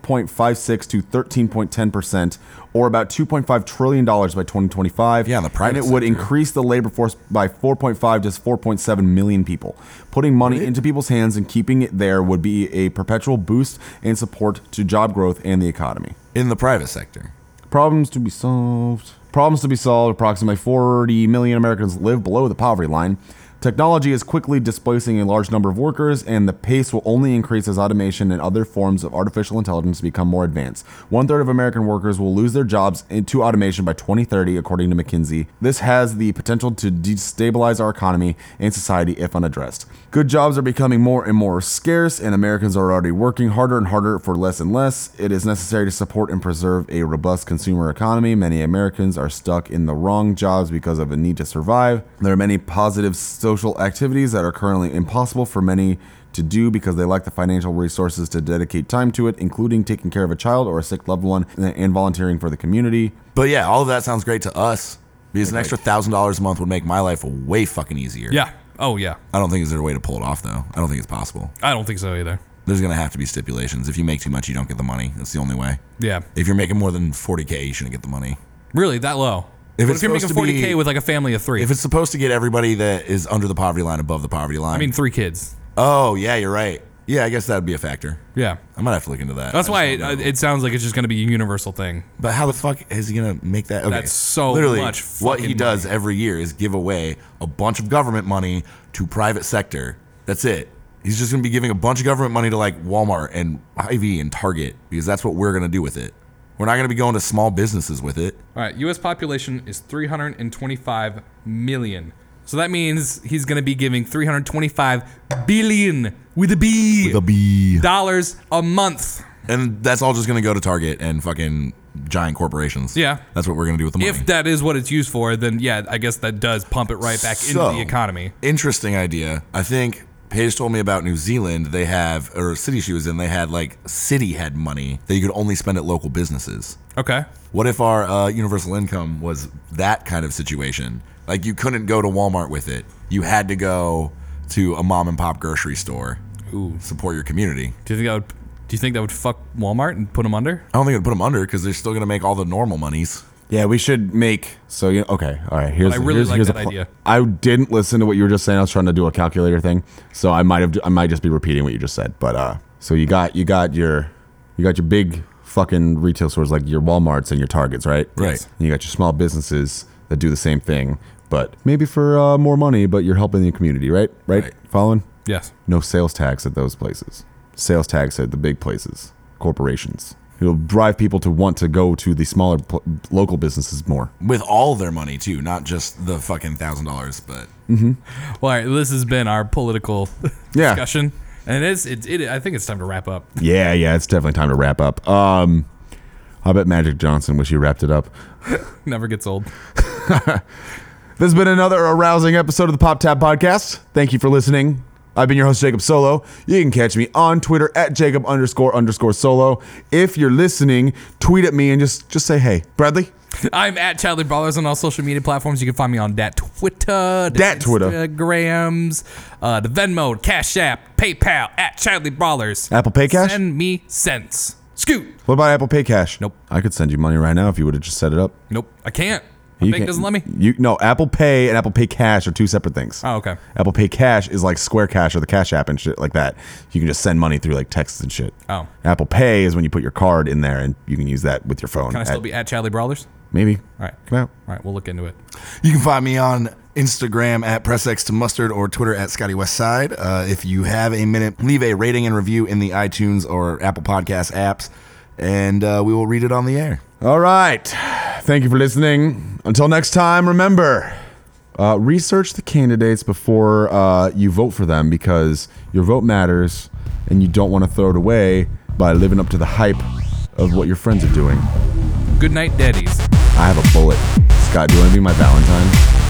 [SPEAKER 1] 12.56 to 13.10%, or about 2.5 trillion dollars by 2025.
[SPEAKER 3] Yeah, the private
[SPEAKER 1] And it would
[SPEAKER 3] sector.
[SPEAKER 1] increase the labor force by 4.5 to 4.7 million people. Putting money into people's hands and keeping it there would be a perpetual boost and support to job growth and the economy.
[SPEAKER 3] in the private sector.
[SPEAKER 1] Problems to be solved. Problems to be solved. Approximately 40 million Americans live below the poverty line. Technology is quickly displacing a large number of workers, and the pace will only increase as automation and other forms of artificial intelligence become more advanced. One third of American workers will lose their jobs in- to automation by 2030, according to McKinsey. This has the potential to destabilize our economy and society if unaddressed. Good jobs are becoming more and more scarce, and Americans are already working harder and harder for less and less. It is necessary to support and preserve a robust consumer economy. Many Americans are stuck in the wrong jobs because of a need to survive. There are many positive social activities that are currently impossible for many to do because they lack the financial resources to dedicate time to it, including taking care of a child or a sick loved one and volunteering for the community.
[SPEAKER 3] But yeah, all of that sounds great to us because an extra thousand dollars a month would make my life way fucking easier.
[SPEAKER 2] Yeah. Oh yeah.
[SPEAKER 3] I don't think is there a way to pull it off though. I don't think it's possible.
[SPEAKER 2] I don't think so either.
[SPEAKER 3] There's gonna have to be stipulations. If you make too much, you don't get the money. That's the only way.
[SPEAKER 2] Yeah.
[SPEAKER 3] If you're making more than 40k, you shouldn't get the money.
[SPEAKER 2] Really, that low.
[SPEAKER 3] If
[SPEAKER 2] If,
[SPEAKER 3] it's
[SPEAKER 2] if you're making
[SPEAKER 3] supposed to be-
[SPEAKER 2] 40k with like a family of three,
[SPEAKER 3] If it's supposed to get everybody that is under the poverty line above the poverty line,
[SPEAKER 2] I mean three kids.
[SPEAKER 3] oh yeah, you're right. Yeah, I guess that would be a factor.
[SPEAKER 2] Yeah.
[SPEAKER 3] I might have to look into that.
[SPEAKER 2] That's
[SPEAKER 3] I
[SPEAKER 2] why
[SPEAKER 3] just
[SPEAKER 2] it,
[SPEAKER 3] don't know.
[SPEAKER 2] it sounds like it's just going to be a universal thing.
[SPEAKER 3] But how the fuck is he gonna make that? Okay.
[SPEAKER 2] That's so
[SPEAKER 3] literally
[SPEAKER 2] much
[SPEAKER 3] what he
[SPEAKER 2] fucking
[SPEAKER 3] does every year is give away a bunch of government money to private sector. That's it. He's just gonna be giving a bunch of government money to like Walmart and Hy-Vee and Target because that's what we're gonna do with it. We're not gonna be going to small businesses with it.
[SPEAKER 2] All right, U.S. population is 325 million. So that means he's going to be giving 325 billion with a B
[SPEAKER 3] The B.
[SPEAKER 2] dollars a month.
[SPEAKER 3] And that's all just gonna go to Target and fucking giant corporations.
[SPEAKER 2] Yeah.
[SPEAKER 3] That's what we're gonna do with the money.
[SPEAKER 2] If that is what it's used for, then yeah, I guess that does pump it right back
[SPEAKER 3] So,
[SPEAKER 2] into the economy.
[SPEAKER 3] Interesting idea. I think Paige told me about New Zealand. They have, or a city she was in, they had like city head money that you could only spend at local businesses.
[SPEAKER 2] Okay.
[SPEAKER 3] What if our uh, universal income was that kind of situation? Like you couldn't go to Walmart with it. You had to go to a mom and pop grocery store.
[SPEAKER 2] Ooh.
[SPEAKER 3] Support your community.
[SPEAKER 2] Do you think that would? Do you think that would fuck Walmart and put them under?
[SPEAKER 3] I don't think it'd put them under because they're still going to make all the normal monies.
[SPEAKER 1] Yeah, we should make so you okay. All right, here's
[SPEAKER 2] I really
[SPEAKER 1] here's,
[SPEAKER 2] like
[SPEAKER 1] here's
[SPEAKER 2] that
[SPEAKER 1] a pl-
[SPEAKER 2] idea.
[SPEAKER 1] I didn't listen to what you were just saying. I was trying to do a calculator thing, so I might have I might just be repeating what you just said. But uh, so you got you got your you got your big fucking retail stores like your WalMarts and your Targets, right?
[SPEAKER 3] Right.
[SPEAKER 1] And you got your small businesses that do the same thing, but maybe for uh, more money, but you're helping the community, right? Right.
[SPEAKER 3] Right.
[SPEAKER 1] Following?
[SPEAKER 2] Yes.
[SPEAKER 1] No sales tax at those places. Sales tax at the big places, corporations. It'll drive people to want to go to the smaller pl- local businesses more.
[SPEAKER 3] With all their money too, not just the fucking thousand dollars, but
[SPEAKER 2] Well, all right, this has been our political
[SPEAKER 1] Yeah.
[SPEAKER 2] discussion, and it's it, it. I think it's time to wrap up.
[SPEAKER 1] Yeah, yeah, it's definitely time to wrap up. Um, I bet Magic Johnson wish he wrapped it up.
[SPEAKER 2] Never gets old.
[SPEAKER 1] This has been another arousing episode of the Pop Tab Podcast. Thank you for listening. I've been your host, Jacob Solo. You can catch me on Twitter at Jacob underscore underscore solo. If you're listening, tweet at me and just just say hey. Bradley?
[SPEAKER 2] I'm at Childly Brawlers on all social media platforms. You can find me on that Twitter,
[SPEAKER 1] Dat Twitter.
[SPEAKER 2] Instagrams, uh, the Venmo, Cash App, PayPal at Childly Brawlers.
[SPEAKER 1] Apple Pay Cash?
[SPEAKER 2] Send me cents. Scoot.
[SPEAKER 1] What about Apple Pay Cash?
[SPEAKER 2] Nope.
[SPEAKER 1] I could send you money right now if you would have just set it up.
[SPEAKER 2] Nope, I can't. My
[SPEAKER 1] You
[SPEAKER 2] bank
[SPEAKER 1] can't-
[SPEAKER 2] doesn't let me.
[SPEAKER 1] You no, Apple Pay and Apple Pay Cash are two separate things.
[SPEAKER 2] Oh, okay.
[SPEAKER 1] Apple Pay Cash is like Square Cash or the Cash App and shit like that. You can just send money through like texts and shit.
[SPEAKER 2] Oh.
[SPEAKER 1] Apple Pay is when you put your card in there and you can use that with your phone.
[SPEAKER 2] Can I still
[SPEAKER 1] At-
[SPEAKER 2] be at Childly Brawlers?
[SPEAKER 1] Maybe.
[SPEAKER 2] All right.
[SPEAKER 1] Come out.
[SPEAKER 2] All right, we'll look into it.
[SPEAKER 3] You can find me on Instagram at PressX to Mustard or Twitter at Scotty Westside. Uh, if you have a minute, leave a rating and review in the iTunes or Apple Podcast apps, and uh, we will read it on the air.
[SPEAKER 1] All right. Thank you for listening. Until next time, remember uh, research the candidates before uh, you vote for them because your vote matters and you don't want to throw it away by living up to the hype of what your friends are doing.
[SPEAKER 2] Good night, daddies.
[SPEAKER 1] I have a bullet. Scott, do you want to be my Valentine?